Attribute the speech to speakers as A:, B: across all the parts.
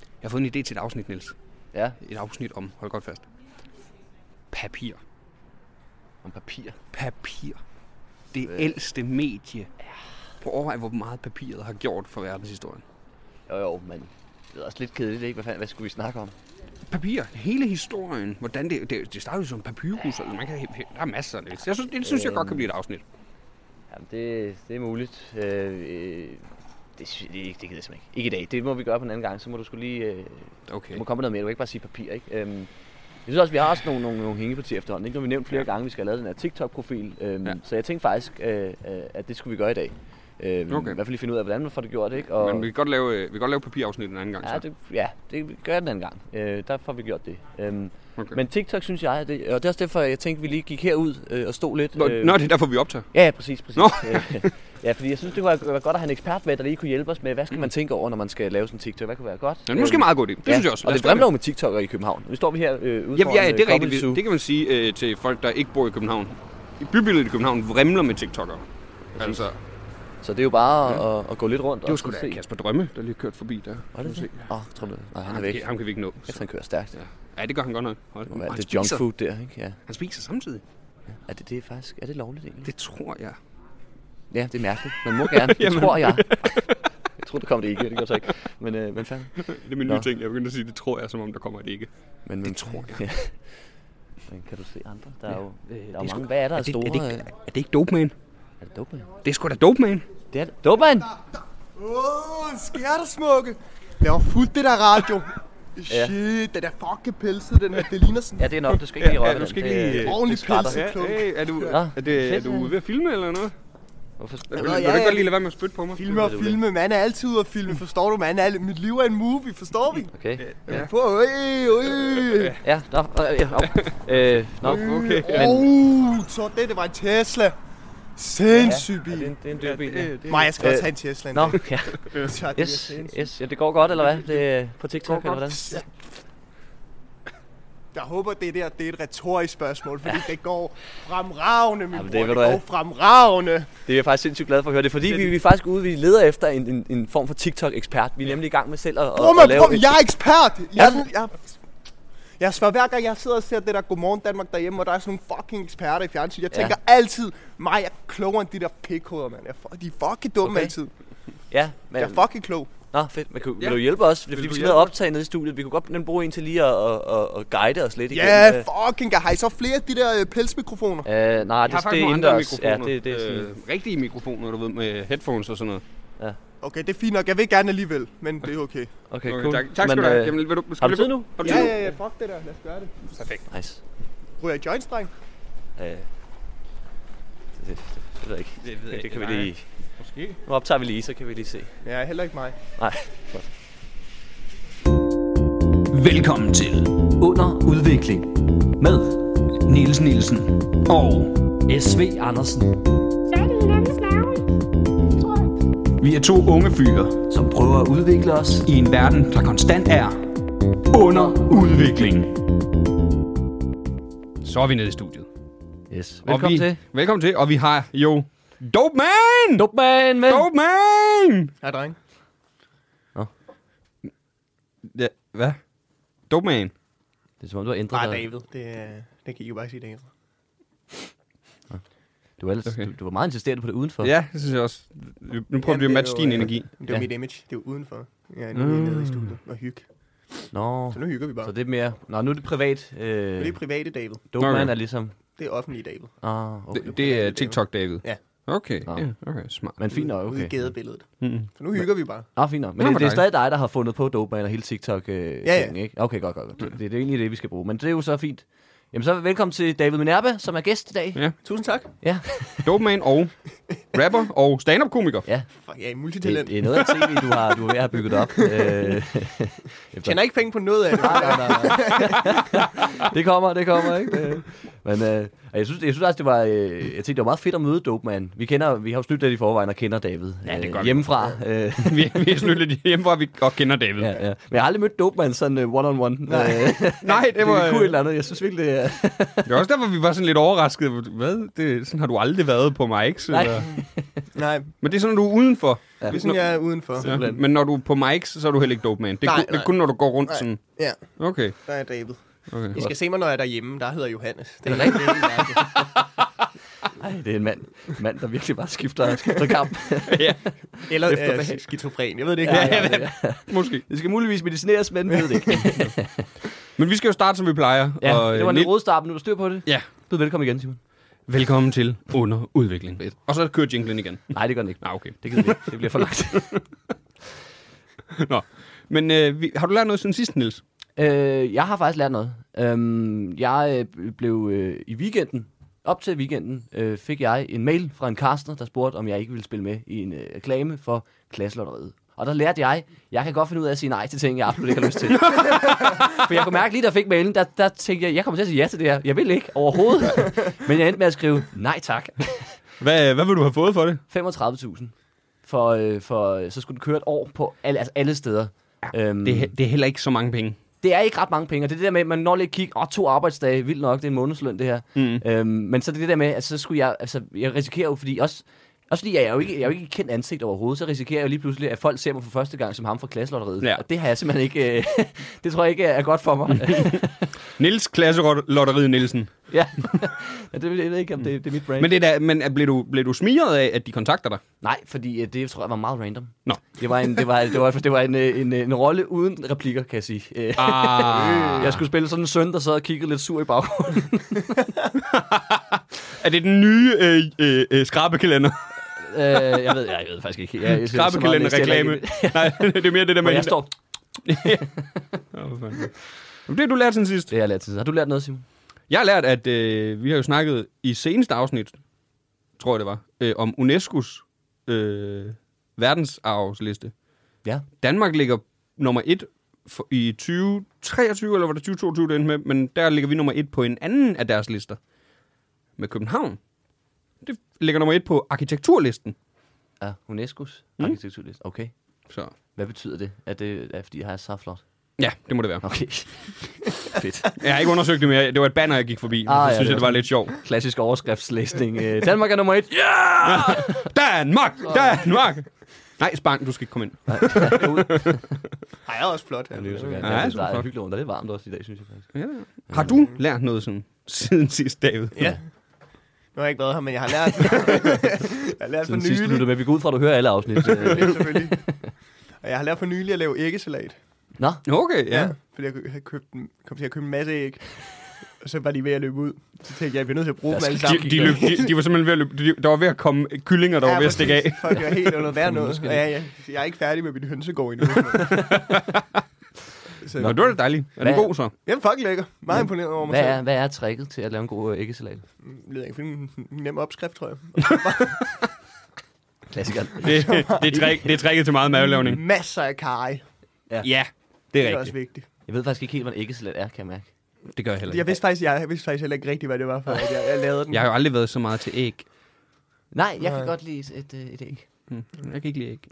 A: Jeg har fået en idé til et afsnit, Niels.
B: Ja,
A: Et afsnit om, hold godt fast, papir.
B: om papir.
A: Papir. Det
B: Øh.
A: ældste medie. Prøv at overveje, hvor meget papiret har gjort for verdenshistorien.
B: Jo, jo, men det er også lidt kedeligt, ikke? Hvad, fanden, hvad skulle vi snakke om?
A: Papir. Hele historien. Hvordan det, det, det startede som papyrus. Altså, man kan, der er masser af det. Jeg synes, det synes jeg godt kan blive et afsnit.
B: Jamen, det, det er muligt. Øh, øh, det, sy- det, det gider jeg simpelthen ikke. Ikke i dag. Det må vi gøre på en anden gang. Så må du skulle lige... Øh,
A: Okay.
B: du må komme med noget mere. Du kan ikke bare sige papir, ikke? Øhm, jeg synes også, vi har også nogle, nogle, nogle hængepartier efterhånden. Ikke? Nu har vi nævnt flere
A: Ja.
B: gange, vi skal have lavet den her TikTok-profil. Øhm,
A: Ja.
B: ja. Så jeg tænkte faktisk, øh, øh, at det skulle vi gøre i dag. Øhm,
A: Okay.
B: okay. I hvert fald lige finde ud af, hvordan man får det gjort. Ikke?
A: Men vi kan godt lave, øh, vi kan godt lave papirafsnit en anden gang.
B: Ja,
A: Så.
B: det, ja, det gør jeg den anden gang. Øh, der får vi gjort det. Øhm,
A: Okay.
B: okay. Men TikTok synes jeg, det, og det er også derfor, jeg tænkte, vi lige gik herud øh, og stod lidt.
A: Nå,
B: øh,
A: nå, det er derfor, vi optager.
B: Ja, ja, præcis, præcis.
A: Nå.
B: Øh, ja, fordi jeg synes, det kunne være- være godt at have en ekspert med, der lige kunne hjælpe os med, hvad skal man tænke over, når man skal lave sådan en TikTok? Hvad kunne være godt?
A: Ja, det er måske en meget god idé. Det synes jeg også.
B: øhm, Og
A: Lad
B: det
A: os gøre
B: drømmer jo med TikTok'er i København. Nu står vi her øh, ude
A: Jamen,
B: foran,
A: ja,
B: øh,
A: det er
B: Comedy
A: rigtigt.
B: Zoo.
A: Det- Det kan man sige øh, til folk, der ikke bor i København. I Bybilledet i København vrimler med TikTok'ere. Altså, det
B: Så det er jo bare ja. at, at, gå lidt rundt.
A: var
B: og
A: sgu
B: så
A: da Kasper Drømme, der lige kørt forbi der.
B: Var det det? Åh, oh, tror du det? Nej, han er
A: Han,
B: væk.
A: væk. ham kan vi ikke nå.
B: Jeg tror, han kører stærkt.
A: Ja. ja, det gør han godt nok. Hold.
B: Det må være
A: han,
B: det junk
A: spiser,
B: food der, ikke? Ja.
A: han spiser samtidig.
B: Er det, det er faktisk, er det lovligt egentlig?
A: Det tror jeg.
B: Ja, det er mærkeligt. Man må gerne. Det
A: Jamen.
B: tror jeg. Jeg tror, det kom det ikke. Det gør så ikke. Men, øh, men fanden.
A: Det er min nye
B: Nå.
A: ting. Jeg begynder at sige, det tror jeg, som om der kommer et ikke.
B: Men, men,
A: tror jeg.
B: Ja. Men kan du se andre? Der er jo, øh, der er jo
A: sgu-
B: mange. Hvad er der af
A: det,
B: store?
A: Er det,
B: øh,
A: ikke, er det ikke dope, man?
B: Er det dope?
A: Det er sgu da dope, man.
B: Det er det. Dope,
C: Åh, en skærtesmukke. Det var fuldt det der radio.
B: Ja.
C: Shit, den er fucking pelset, den her. Det ligner sådan...
B: Ja, det er nok. Du skal ikke lige røre
A: ja,
B: ved
A: du
B: den.
A: skal
B: Det
A: ikke
B: er-
A: lige-
B: det er
C: Ordentlig
B: splatter.
C: pølse. klunk.
A: hey, er du,
B: Ja.
A: er, det, er
B: Fedt,
A: du
B: ja.
A: ved at filme eller noget?
B: Hvorfor?
A: Vil,
C: Nå,
A: vil
C: ja,
A: du
C: ja.
A: godt lige lade være med at spytte på mig?
C: Filme og
B: Det er det.
C: filme. Man er altid ude at filme, forstår du? Man er, alt- mit liv er en movie, forstår vi?
B: Okay.
C: Ja. På, øj, øj.
B: Ja, nå. øh, ja, nå. Øh, nå.
A: Okay.
B: Men,
C: Åh, så det, det var en Tesla. Sindssyg
B: ja, det er
C: bil.
B: en, det er en dyr bil. ja.
C: Mig, jeg skal også
B: Øh,
C: have en Tesla. en
B: Nå,
C: dag.
B: ja.
C: Så det er
B: Yes,
C: sindssygt.
B: yes. Ja, det går godt, eller hvad? Det, er på TikTok, eller hvordan?
C: Jeg håber, det der det er et retorisk spørgsmål, fordi det går fremragende, min
B: Jamen, det
C: bror.
B: ved
C: Det
B: du hvad.
C: går fremragende.
B: Det er jeg faktisk sindssygt glad for at høre. Det er fordi, vi, vi er faktisk ude, vi leder efter en, en, en form for TikTok-ekspert. Vi er nemlig i gang med selv at, at,
C: Bror
B: at
C: mig,
B: lave...
C: bror mig, jeg er ekspert! Jeg,
B: Ja.
C: jeg, jeg, jeg svarer hver gang, jeg sidder og ser det der Godmorgen Danmark derhjemme, og der er sådan nogle fucking eksperter i fjernsynet. Jeg
B: Ja.
C: tænker altid, mig, jeg er klogere end de der pikhoveder, mand. Jeg, er fu- de er fucking dumme
B: Okay.
C: okay. altid.
B: Ja, men...
C: Jeg er fucking klog.
B: Nå, fedt. Men, kunne,
A: Ja.
B: Vil du hjælpe os? Det er
A: Vil
B: fordi,
A: du
B: vi skal ned
A: hjælpe
B: og optage nede i studiet. Vi kunne godt nemlig bruge en til lige at, at, at, at guide os lidt
C: Ja,
B: igennem, øh.
C: yeah, fucking god. Har I så flere af de der øh, pelsmikrofoner?
B: Øh, nej,
A: Jeg har
B: det,
A: faktisk
B: det er
A: nogle andre
B: indendørs. Ja,
A: mikrofoner.
B: det, det er sådan...
A: øh, rigtige mikrofoner, du ved, med headphones og sådan noget.
C: Okay, det er fint nok. Jeg vil gerne alligevel, men det er okay.
B: Okay,
A: Øh, Okay,
B: cool.
A: tak, tak skal
B: Men,
A: du have.
B: øh,
A: Jamen, vil du, skal
B: har du
A: vi-
B: tid nu?
A: Har du
C: Ja,
A: tid?
C: ja, ja. Fuck det der. Lad os gøre det.
A: Perfekt.
B: Nice.
C: Ryger jeg joints, dreng?
B: Øh, det, det, det ved jeg ikke.
A: Det ved jeg
B: det
A: ikke.
B: kan vi
A: Nej.
B: lige...
A: Måske.
B: Nu optager vi lige, så kan vi lige se.
C: Ja, heller ikke mig.
B: Nej.
D: Velkommen til Under Udvikling med Niels Nielsen og SV Andersen.
E: Så er det hinandens navn. Tror jeg.
D: Vi er to unge fyre, som prøver at udvikle os i en verden, der konstant er under udvikling.
A: Så er vi nede i studiet.
B: Yes.
A: Og
B: Velkommen
A: vi,
B: til.
A: Velkommen til, og vi har jo Dope Man!
B: Dope man, man.
A: Dope Man!
C: Ja, dreng.
A: Ja, hvad? Dope Man.
B: Det er som om, du har ændret
C: Nej,
B: dig.
C: David. Det, øh, det kan I jo bare sige, David.
B: Du, er ellers,
A: Okay.
B: okay. du, du var meget interesseret på det udenfor.
A: Ja, det synes jeg også. Vi- Nu prøver vi at
C: Jamen,
A: matche
C: det er jo,
A: din
C: øh,
A: energi. Mm.
C: Det er jo
B: Ja.
C: mit image. Det er jo udenfor. Ja, nu er jeg nede i studiet og hygge.
B: Nå,
C: Så nu hygger vi bare.
B: så det er mere... Nå, nu er det privat.
C: Men
B: Øh,
C: det er private David.
B: dope
A: Okay.
B: man er ligesom...
C: Det er offentligt David.
B: Ah, okay.
A: Det, det er TikTok, David.
C: Ja.
A: Okay,
B: Nå.
A: ja, okay, smart.
B: Men fint nok,
C: Ude i
B: okay.
C: gadebilledet. Så nu hygger vi bare.
B: Nå, fint nok. Men
A: Nå,
B: det,
A: for
B: det, er
A: dig.
B: stadig dig, der har fundet på dope man og hele TikTok øh,
C: Ja, ja.
B: ting, ikke? Okay, godt, godt. godt. Det, det, det, er egentlig det, vi skal bruge. Men det er jo så fint. Jamen så velkommen til David Minerva, som er gæst i dag.
A: Ja.
C: Tusind tak.
B: ja.
A: Dope Man og rapper og stand-up-komiker.
B: ja.
C: Fuck, jeg er
B: Det,
C: multitalent.
B: det er noget af et CV, du har, du er ved at have bygget op. Øh,
C: Jeg tjener ikke penge på noget af det.
B: det kommer, det kommer, ikke? Øh, Men øh, og jeg synes, jeg synes også, det var, øh, jeg tænkte, det var meget fedt at møde Dope Man. Vi, kender, vi har jo snydt lidt i forvejen og kender David
A: Ja, det gør vi.
B: hjemmefra. Øh,
A: Vi, vi er sådan lidt hjemmefra, vi godt kender David.
B: ja, ja. Men jeg har aldrig mødt Dope Man sådan øh, one-on-one. Nej,
A: Nej, det øh, var...
B: det kunne et eller andet. Jeg synes virkelig, det er...
A: Det var også derfor, vi var sådan lidt overrasket. Hvad? Det, sådan har du aldrig været på mics?
B: Nej.
A: Eller?
C: Nej,
A: Men det er sådan, du er udenfor.
B: Ja.
C: det er sådan,
A: Nå.
C: jeg er udenfor.
A: Ja.
B: Simpelthen.
A: Men når du er på mics, så er du heller ikke dope man. Det er,
C: Nej,
A: kun, det er
C: nej.
A: kun, når du går rundt
C: Nej.
A: sådan.
C: Ja,
A: Okay,
C: der er David.
A: okay.
C: I skal se mig, når jeg er derhjemme. Der hedder Johannes. Det
B: Er det rigtigt? Ej, det er en mand, mand der virkelig bare skifter, skifter kamp.
C: Eller
B: Efter
C: øh,
B: behag.
C: skizofren. Jeg ved det ikke.
B: ja, ja, ja.
A: Måske.
B: Det skal muligvis medicineres, men ved det ikke.
A: Men vi skal jo starte, som vi plejer.
B: Ja,
A: og, øh,
B: det var en lidt
A: lidt-
B: rodstart, men du har styr på det.
A: Ja,
B: Du er velkommen igen, Simon.
A: velkommen til Under Udvikling. Og så kører jinglen igen.
B: Nej, det gør den ikke.
A: Nej, okay.
B: Det gider vi ikke. Det bliver for langt.
A: Nå. Men øh, vi, har du lært noget siden sidst, Niels?
B: øh, jeg har faktisk lært noget. Øhm, jeg øh, blev øh, i weekenden, op til weekenden, øh, fik jeg en mail fra en caster, der spurgte, om jeg ikke ville spille med i en øh, reklame for klasselotteriet. Og der lærte jeg, jeg kan godt finde ud af at sige nej til ting, jeg absolut ikke har lyst til. For jeg kunne mærke lige, da jeg fik mailen, der, der tænkte jeg, jeg kommer til at sige ja til det her. Jeg vil ikke overhovedet. Men jeg endte med at skrive, nej tak.
A: Hvad, hvad vil du have fået for det?
B: 35.000. For, øh, for øh, så skulle den køre et år på alle, altså alle steder. Ja, øhm,
A: Det, er he- det er heller ikke så mange penge.
B: det er ikke ret mange penge, og det er det der med, at man når lige at kigge, åh, to arbejdsdage, vildt nok, det er en månedsløn det her.
A: Mm.
B: Øhm, men så er det det der med, at så skulle jeg, altså, jeg risikerer jo, fordi også, også fordi jeg er jo ikke, jeg er jo ikke et kendt ansigt overhovedet, så risikerer jeg jo lige pludselig, at folk ser mig for første gang som ham fra klasselotteriet.
A: Ja.
B: Og det har jeg simpelthen ikke, øh, det tror jeg ikke er godt for mig.
A: Niels Klasselotteriet Nielsen.
B: ja. ja, det jeg ved ikke, om det, det er mit brand.
A: Men, det der, men er- blev, du, blev du smigret af, at de kontakter dig?
B: Nej, fordi øh, det tror jeg var meget random.
A: Nå.
B: Det var en, det var, det var, det var en, øh, en, øh, en rolle uden replikker, kan jeg sige. Øh,
A: Ah.
B: Jeg skulle spille sådan en søn, der sad og kiggede lidt sur i baggrunden.
A: Er det den nye øh, øh, øh, skrabekalender?
B: Øh, jeg, ved, jeg ved faktisk ikke. Jeg, jeg
A: Skrabekalender-reklame? Nej, det er mere det der
B: Men
A: med...
B: jeg står...
A: Åh, for fanden. Det har du lært siden sidst.
B: Det har jeg lært til. Har du lært noget, Simon?
A: Jeg har lært, at øh, vi har jo snakket i seneste afsnit, tror jeg det var, øh, om UNESCO's øh, verdensarvsliste.
B: Ja.
A: Danmark ligger nummer et for, i 2023, eller var det 2022, det endte med, men der ligger vi nummer et på en anden af deres lister. Med København. Det ligger nummer et på arkitekturlisten.
B: Ja, UNESCO's
C: Mm.
B: arkitekturliste. Okay.
A: Så
B: Hvad betyder det? Er det er, fordi jeg har så flot?
A: ja, det må det være.
B: Okay. Fedt.
A: Jeg har ikke undersøgt det mere. Det var et banner, jeg gik forbi. Ah,
B: Ah,
A: så
B: ja,
A: synes
B: det
A: jeg, det
B: var
A: var
B: sådan.
A: lidt sjovt.
B: Klassisk overskriftslæsning. Øh, Danmark er nummer et. Ja!
A: Danmark! Danmark! Nej, Spang, du skal ikke komme ind.
C: Ej, jeg er også flot. her.
B: Det er så godt.
A: Ja,
B: Ja,
A: super
B: det er
A: flot.
B: hyggeligt rundt, og det er varmt også i dag, synes jeg faktisk.
C: Altså,
A: Har du lært noget sådan siden sidst, David?
C: Ja. Nu har jeg ikke været her, men jeg har lært. jeg har lært for
B: Siden sidst du
C: nylig.
B: lyttede med, vi går ud fra, at du hører alle afsnit. Øh,
C: Ja, selvfølgelig. Og jeg har lært for nylig at lave æggesalat.
B: Nå,
A: Okay, ja.
C: Fordi jeg kø- havde købt en, kom til at købe en masse æg. Og så var de ved at løbe ud. Så tænkte jeg, jeg bliver nødt til at bruge
B: Der
C: dem alle
B: skal-
C: sammen.
A: De, de, løb, de, de var simpelthen ved at løbe, de, der var ved at komme kyllinger, der ja, var ved at stikke af.
C: præcis. Folk er helt under hver
B: Fanden, nu
C: noget.
B: skal
C: Ja,
B: det-
C: ja, jeg er ikke færdig med min hønsegård endnu. så,
A: Nå, det var da dejligt. Er den
B: Hvad-
A: god så?
C: Jamen, fuck lækker. Meget imponeret over mig
B: hvad er,
C: selv. Mm,
B: hvad er tricket til at lave en god øh, æggesalat?
C: Jeg ved ikke, finde en en nem opskrift, tror jeg.
B: Klassikeren.
A: Det, det, er, trick, det er tricket til meget madlavning.
C: Masser af karry.
A: Ja, det
C: Det
A: er
C: er også
A: rigtigt.
C: vigtigt.
B: Jeg ved faktisk ikke helt, hvad en æggesalat er, kan jeg mærke.
A: Det gør jeg heller
C: Jeg
A: ikke.
C: vidste faktisk, jeg, jeg vidste faktisk heller ikke rigtigt, hvad det var for, at jeg, jeg lavede den.
A: Jeg har jo aldrig været så meget til æg.
B: Nej, jeg kan
C: Nej.
B: godt lide et, øh, et æg.
A: Hm, Jeg kan ikke lide æg.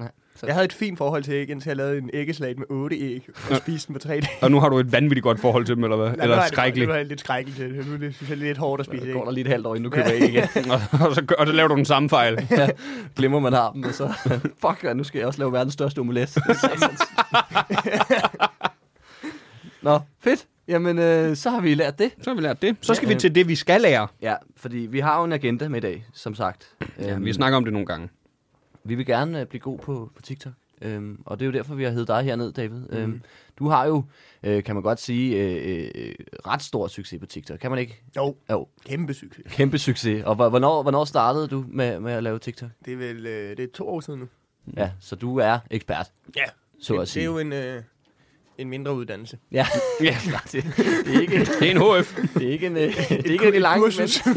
C: Jeg havde et fint forhold til æg, indtil jeg lavede en æggesalat med otte æg, og spiste den på tre dage.
A: Og nu har du et vanvittigt godt forhold til dem, eller hvad?
C: Nej, nu
A: eller
C: har jeg det-
A: skrækkeligt.
C: Nu er jeg lidt skrækkeligt til det. Nu er det- synes jeg, det er lidt hårdt at spise æg.
B: Det går der lige et halvt år, inden du køber æg igen.
A: Og, og, så, gør- og så laver du den samme fejl.
B: Glemmer man har dem, og så... Fuck, man, nu skal jeg også lave verdens største omelet. Nå, fedt. Jamen, øh, så har vi lært det.
A: Så har vi lært det. Så skal vi til det, vi skal lære.
B: Ja, fordi vi har jo en agenda med i dag, som sagt.
A: Ja,
B: Øhm,
A: vi snakker om det nogle gange.
B: vi vil gerne øh, blive god på, på TikTok. Øhm, og det er jo derfor, vi har heddet dig herned, David.
C: Mhm.
B: Øhm, Du har jo, øh, kan man godt sige, øh, øh, ret stor succes på TikTok. Kan man ikke?
C: Jo,
B: Jo,
C: kæmpe succes.
B: kæmpe succes. Og hvor- hvornår, hvornår startede du med, med at lave TikTok?
C: Det er vel øh, det er to år siden nu.
B: Ja, så du er ekspert,
C: Mhm. Ja,
B: så at
C: det, det er
B: sige.
C: jo en, øh, en mindre uddannelse.
B: Ja,
A: Ja.
B: det, det, er ikke,
A: Det er en HF.
B: det er ikke en, øh, det er ikke en lang,
C: kursus.
B: men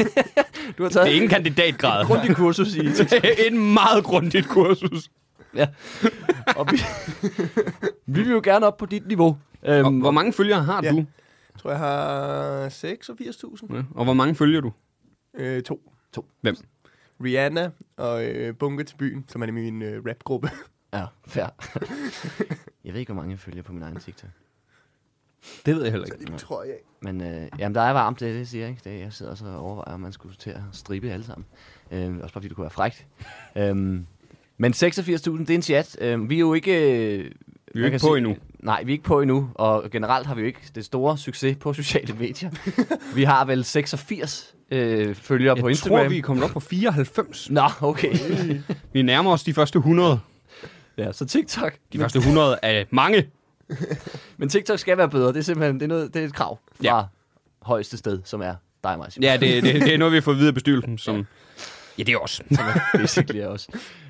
B: du har taget
A: Det er ikke en kandidatgrad.
B: en grundig kursus i TikTok.
A: en meget grundigt kursus.
B: Ja. Og vi, vi vil jo gerne op på dit niveau.
A: Og,
B: Øhm,
A: hvor mange følgere har
C: Ja.
A: du?
C: Jeg tror, jeg har 86.000.
A: Ja. Og hvor mange følger du?
C: Øh, to.
A: Hvem?
C: Rihanna og øh, Bunke til byen, som er nemlig min øh, rapgruppe.
B: Ja, fair. jeg ved ikke, hvor mange jeg følger på min egen TikTok.
A: Det ved jeg heller ikke.
C: Det tror jeg ikke.
B: Men øh, jamen, der er varmt, det, er det jeg siger ikke? Det, er- jeg sidder også og overvejer, om man skulle til at stribe alle sammen. Øh, også bare fordi det kunne være frækt. Øhm, men 86.000, det er en chat. Øh, vi er jo ikke... Øh,
A: Vi er
B: man
A: ikke
B: kan
A: på endnu.
B: Nej, vi er ikke på endnu, og generelt har vi jo ikke det store succes på sociale medier. vi har vel 86 øh, følgere
A: Jeg
B: på Instagram.
A: tror, vi er kommet op på 94.
B: Nå, okay.
A: Vi nærmer os de første 100.
B: ja, så TikTok.
A: De første 100 er mange.
B: Men TikTok skal være bedre. Det er simpelthen det er noget, det er et krav fra
A: Ja.
B: ja. højeste sted, som er dig og mig. Simon.
A: Ja, det, det, det er noget, vi har fået videre af bestyrelsen, som... Ja, det er også. altså,
B: basically også.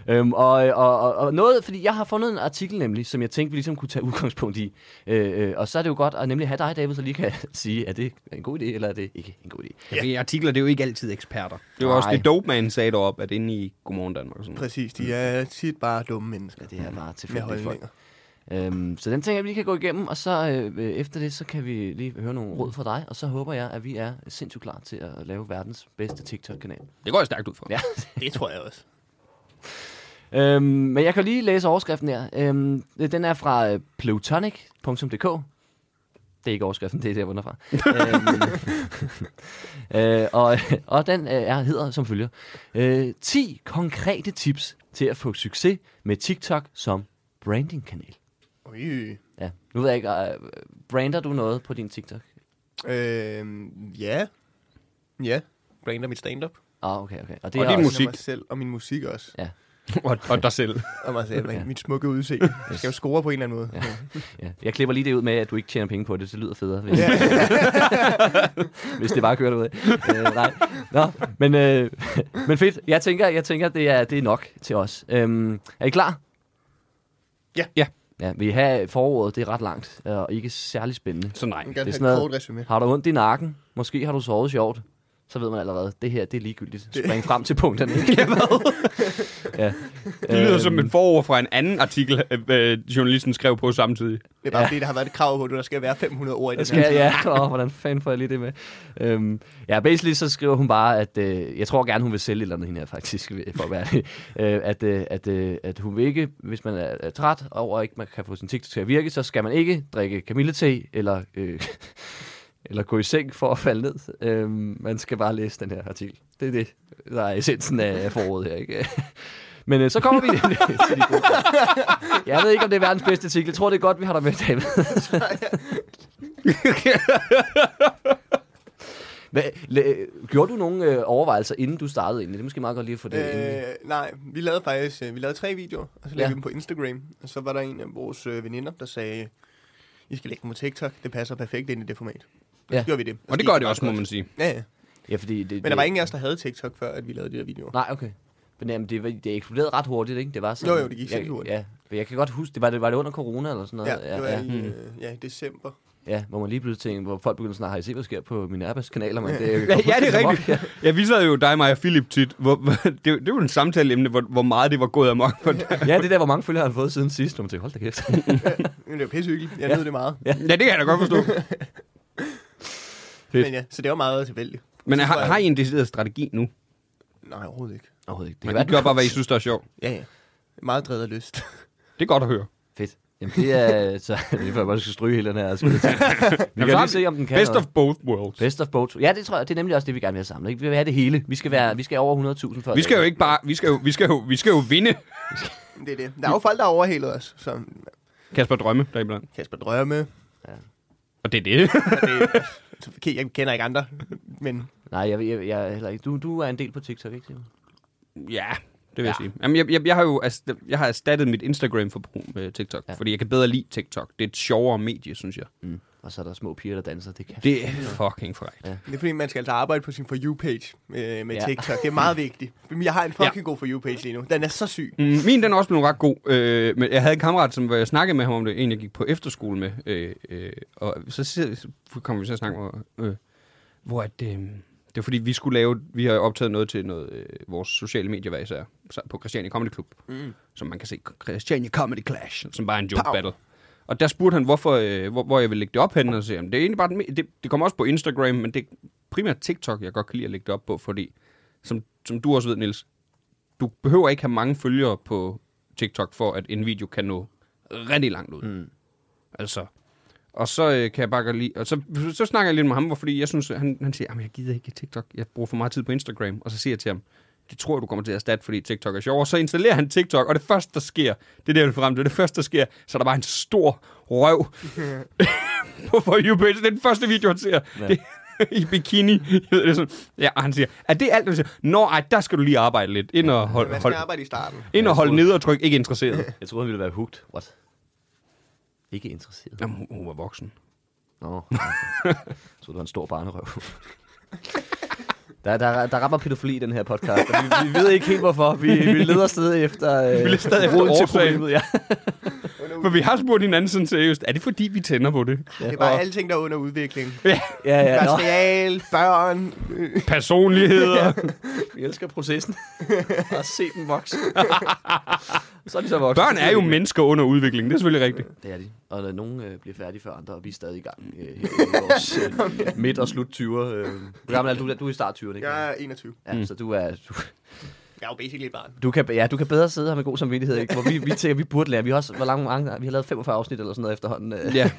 B: Øhm, og, og, og, og noget, fordi jeg har fundet en artikel nemlig, som jeg tænkte, vi ligesom kunne tage udgangspunkt i. Øh, øh, og så er det jo godt at nemlig have dig, David, så lige kan sige, er det en god idé, eller er det ikke en god idé.
A: Ja. I artikler, det er jo ikke altid eksperter. Det var også
B: Nej.
A: det, Dope Man sagde deroppe, at inde i Godmorgen Danmark. og Sådan. noget.
C: Præcis, de er tit bare dumme mennesker.
B: Ja, det er bare
C: Med
B: tilfældigt folk.
C: holdninger.
B: Øhm, så den tænker jeg, vi lige kan gå igennem, og så øh, øh, efter det, så kan vi lige høre nogle råd fra dig, og så håber jeg, at vi er sindssygt klar til at lave verdens bedste TikTok-kanal.
A: Det går jeg stærkt ud for.
B: Ja.
C: Det tror jeg også.
B: Øhm, men jeg kan lige læse overskriften her. Øhm, den er fra øh, plutonic.dk. Det er ikke overskriften, det er der, hvor den er fra. øhm, øh, og, og den øh, er, hedder som følger. Øh, 10 konkrete tips til at få succes med TikTok som brandingkanal.
C: Ui.
B: Ja, nu ved jeg ikke, øh, brander du noget på din TikTok?
C: Øhm, ja. Ja. Brander mit stand-up.
B: Ah, okay, okay.
A: Og
B: er
A: din
B: også-
A: musik.
C: Og mig selv, og min musik også.
A: Og, og dig selv.
C: Og mig selv,
B: Ja.
C: ja. mit smukke udseende. Jeg skal jo score på en eller anden måde. Ja.
B: Ja. Jeg klipper lige det ud med, at du ikke tjener penge på det. Det lyder federe, hvis, hvis det bare kører ud. Øh, nej. Nå, men, øh, men fedt. Jeg tænker, jeg tænker det, er, det er nok til os. Øhm, er I klar?
C: Ja.
A: Ja.
B: ja vi har foråret, det er ret langt, øh, og ikke særlig spændende.
A: Så nej.
C: Jeg vil gerne
B: Det er
C: have
B: sådan
C: et
B: noget-
C: kort resume.
B: Har du ondt i nakken? Måske har du sovet sjovt. Så ved man allerede, det her det er ligegyldigt. Spring frem til punkterne. ja.
A: Det lyder som
B: Øhm,
A: et forord fra en anden artikel, øh, øh, journalisten skrev på samtidig.
C: Det er bare fordi, der har været et krav på, at der skal være 500 ord i
B: Jeg
C: den
B: skal,
C: her.
B: ja. Åh, hvordan fanden får jeg lige det med? Øhm, ja, basically så skriver hun bare, at øh, jeg tror gerne, hun vil sælge et eller andet hende her faktisk, for at være ærlig. øh, at, øh, at, øh, at hun vil ikke, hvis man er, er træt over, at ikke man kan få sin TikTok til at virke, så skal man ikke drikke kamillete eller, øh, eller gå i seng for at falde ned. Øhm, man skal bare læse den her artikel. Det er det, der er essensen af foråret her, ikke? Men øh, så kommer vi til de gode. Jeg ved ikke, om det er verdens bedste artikel. Jeg tror, det er godt, vi har dig med, David. Hvad, la- gjorde du nogle øh, overvejelser, inden du startede egentlig? Det er måske meget godt lige at få det øh, ind.
C: Øh, nej, vi lavede faktisk øh, vi lavede tre videoer, og så
B: Ja.
C: lagde ja. vi dem på Instagram. Og så var der en af vores øh, veninder, der sagde, I skal lægge dem på TikTok, det passer perfekt ind i det format. Og
B: Ja.
C: så gjorde vi det.
A: Og det gør det også, må man sige.
C: Ja, ja.
B: Ja, fordi det,
C: Men der var ingen af os, der havde TikTok, før at vi lavede de der videoer.
B: Nej, okay. Men jamen, det, var- det eksploderede ret hurtigt, ikke? Det var sådan,
C: Jo, jo, det gik sindssygt hurtigt.
B: Ja, men jeg kan godt huske, det var det, var det under corona eller sådan noget?
C: Ja, det var
B: ja,
C: i, øh, ja, i december.
B: ja, hvor man lige pludselig tænkte, hvor folk begyndte sådan, har I set, hvad der sker på mine arbejdskanaler? Men det,
A: Ja, ja, det er rigtigt. Ja, vi sad jo dig, mig og Philip tit. Hvor, hvor- det, det var en samtaleemne, hvor, hvor meget det var gået amok. For det.
B: ja, det er der, hvor mange følgere har han fået siden sidst. Når man tænker, hold da kæft.
C: Men det var pissehyggeligt. Jeg nød det meget.
A: Ja, det kan jeg da godt forstå.
B: Fedt.
C: Men ja, så det var meget tilfældigt.
A: Men har, har I en decideret strategi nu?
C: Nej, overhovedet ikke.
B: Overhovedet ikke. Det kan
A: Men
B: være,
A: I gør
B: det
A: bare, hvad I
B: kommer-
A: synes, der er sjovt.
C: Ja, ja. Meget drevet af lyst.
A: Det er godt at høre.
B: Fedt. Jamen, det er... Så, det er for, at jeg skal stryge hele den her. artikel. Vi kan
A: så har
B: lige se, om den kan
A: Best
B: noget.
A: of both worlds.
B: Best of both. Ja, det tror jeg. Det er nemlig også det, vi gerne vil have samlet. Ikke? Vi vil have det hele. Vi skal, være, vi skal over 100.000 for
A: Vi skal jo ikke bare... Vi skal jo, vi skal jo, vi skal jo vinde
C: det er det. Der er jo folk, der har overhalet os, som
A: Kasper Drømme, der iblandt.
C: Kasper Drømme.
A: Og det er det.
C: Og det, så okay, jeg kender ikke andre, men
B: Nej, jeg, jeg, jeg er heller ikke. Du, du er en del på TikTok, ikke? Simon?
A: ja, det vil ja. jeg sige. Jamen, jeg, jeg, jeg har jo erst- jeg har erstattet mit Instagram-forbrug med øh, TikTok,
B: Ja.
A: ja. fordi jeg kan bedre lide TikTok. Det er et sjovere medie, synes jeg.
B: Mm. Og så er der små piger, der danser. Det kan
A: Det er fucking frækt.
C: det er fordi, man skal altså arbejde på sin For You-page øh,
B: Ja.
C: med ja. TikTok. Det er meget vigtigt. Jeg har en fucking ja. god For You-page lige nu. Den er så syg.
A: Mm, min den er også blevet ret god, øh, men jeg havde en kammerat, som hvor jeg snakkede med ham om det, en jeg gik på efterskole med, øh, øh, og så, sidder- så kom vi til at snakke om, øh, hvor at, øh, det var fordi, vi skulle lave, vi har optaget noget til noget, øh, vores sociale medier, hvad især, så- på Christiania Comedy Club, mm. som man kan se, Christiania Comedy Clash, som bare er en joke Pow. battle. Og der spurgte han, hvorfor, øh, hvor, hvor jeg vil lægge det op henne, og så siger, han, det er egentlig bare, den, me- det, det kommer også på Instagram, men det er primært TikTok, jeg godt kan lide at lægge det op på, fordi, som, som du også ved, Niels, du behøver ikke have mange følgere på TikTok, for at en video kan nå rigtig langt ud. Mm. Altså, Og så øh, kan jeg bare godt lide, og så, så snakker jeg lidt med ham, hvor- fordi jeg synes, han, han siger, at jeg gider ikke TikTok, jeg bruger for meget tid på Instagram. Og så siger jeg til ham, det tror jeg, du kommer til at erstatte, fordi TikTok er sjov. Og så installerer han TikTok, og det første, der sker, det er det, jeg vil frem til, det første, der sker, så er der bare en stor røv på For You page. Det er den første video, han ser.
B: Ja.
A: Ja. Det, I bikini. Jeg ved, det er sådan, ja, og han siger, er det alt, du siger? Nå, ej, der skal du lige arbejde lidt. Ind og holde,
C: Man skal
A: hold,
C: arbejde i starten.
A: ind og holde ned og tryk, ikke interesseret.
B: Jeg troede, han ville være hooked. What? Ikke interesseret.
A: Jamen, hun, hun var voksen.
B: Nå. okay. Jeg troede, det var en stor barnerøv. Der, der, der rammer pædofili i den her podcast, og vi, vi ved ikke helt hvorfor. Vi, vi leder stadig efter, øh, vi
A: leder stadig efter årsagen.
B: ja.
A: For vi har spurgt hinanden sådan seriøst, er det fordi, vi tænder på det?
C: Det er bare alting, der er under udvikling.
B: ja, ja, nå.
C: Material, børn. øh,
A: Personligheder.
B: Vi elsker processen. og se dem vokse. så er de så vokset.
A: Børn er jo mennesker under udvikling, det er selvfølgelig rigtigt.
B: Det er de. Og der er nogen øh, bliver færdige før andre, og vi er stadig i gang øh, her i vores øh, midt- og slut 20'er. Øh. Hvor gammel er du? Du er i start 20'erne, ikke?
C: Jeg er 21.
B: Ja, så du er... Du,
C: Jeg er jo basically et barn.
B: du, kan, ja, du kan bedre sidde her med god samvittighed, ikke? Hvor vi, vi tænker, vi burde lære. Vi har også... Hvor langt mange... Vi har lavet 45 afsnit eller sådan noget efterhånden. Øh.
A: Ja.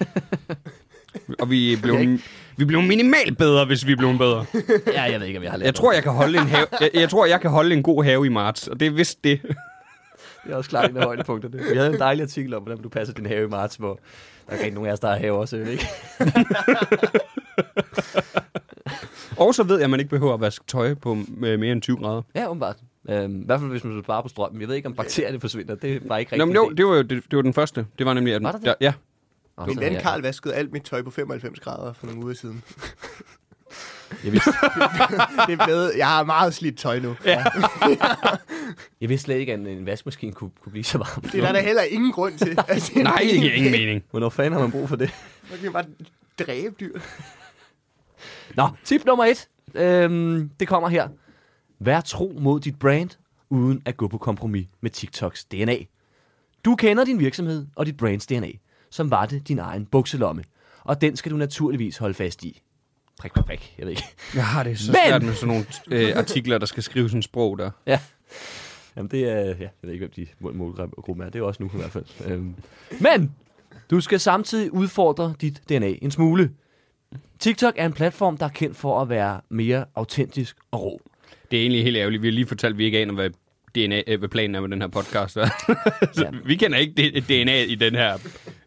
A: Og vi blev, vi blev minimalt bedre, hvis vi blev bedre.
B: Ja, jeg ved ikke, om jeg har lært
A: Jeg tror, jeg kan holde en, have, jeg, jeg tror, jeg kan holde en god have i marts, og det er vist det.
B: Det er også klart en af højdepunkterne. Vi havde en dejlig artikel om, hvordan du passer din have i marts, hvor der er ikke rigtig nogen af os, der har have også, ikke?
A: Og så ved jeg, at man ikke behøver at vaske tøj på øh, mere end 20 grader.
B: Ja, åbenbart. Øhm, I hvert fald, hvis man sparer på strømmen. Jeg ved ikke, om bakterierne forsvinder. Det var ikke rigtigt.
A: Nå, men jo, det var jo det, det var den første. Det var nemlig, at
B: Var der det?
A: Der, ja,
B: Nå,
C: Min
B: sådan,
C: ven
B: ja.
C: Karl vaskede alt mit tøj på 95 grader for nogle uger siden.
B: Jeg vidste,
C: Det er blevet, jeg har meget slidt tøj nu. Ja.
B: jeg vidste slet ikke, at en- en vaskemaskine kunne, kunne blive så varm.
C: Det er der da heller ingen grund til. Altså, det er
A: nej, det giver ingen mening.
B: Hvornår fanden har man brug for det?
C: Man kan bare dræbe dyr.
B: Nå, tip nummer et. Øhm, det kommer her. Vær tro mod dit brand, uden at gå på kompromis med TikToks DNA. Du kender din virksomhed og dit brands DNA, som var det din egen bukselomme. Og den skal du naturligvis holde fast i. Prik, prik, prik. Jeg ved ikke.
A: Jeg har det så
B: Men-
A: svært med sådan nogle øh, artikler, der skal skrives en sprog der.
B: Ja. Jamen det er, ja, jeg ved ikke, hvem de mål- målgruppen er. Det er også nu i hvert fald. Øhm. Men du skal samtidig udfordre dit DNA en smule. TikTok er en platform, der er kendt for at være mere autentisk og rå.
A: Det er egentlig helt ærgerligt. Vi har lige fortalt, at vi ikke aner, hvad, DNA, øh, hvad planen er med den her podcast. så
B: Ja.
A: vi kender ikke det- DNA i den her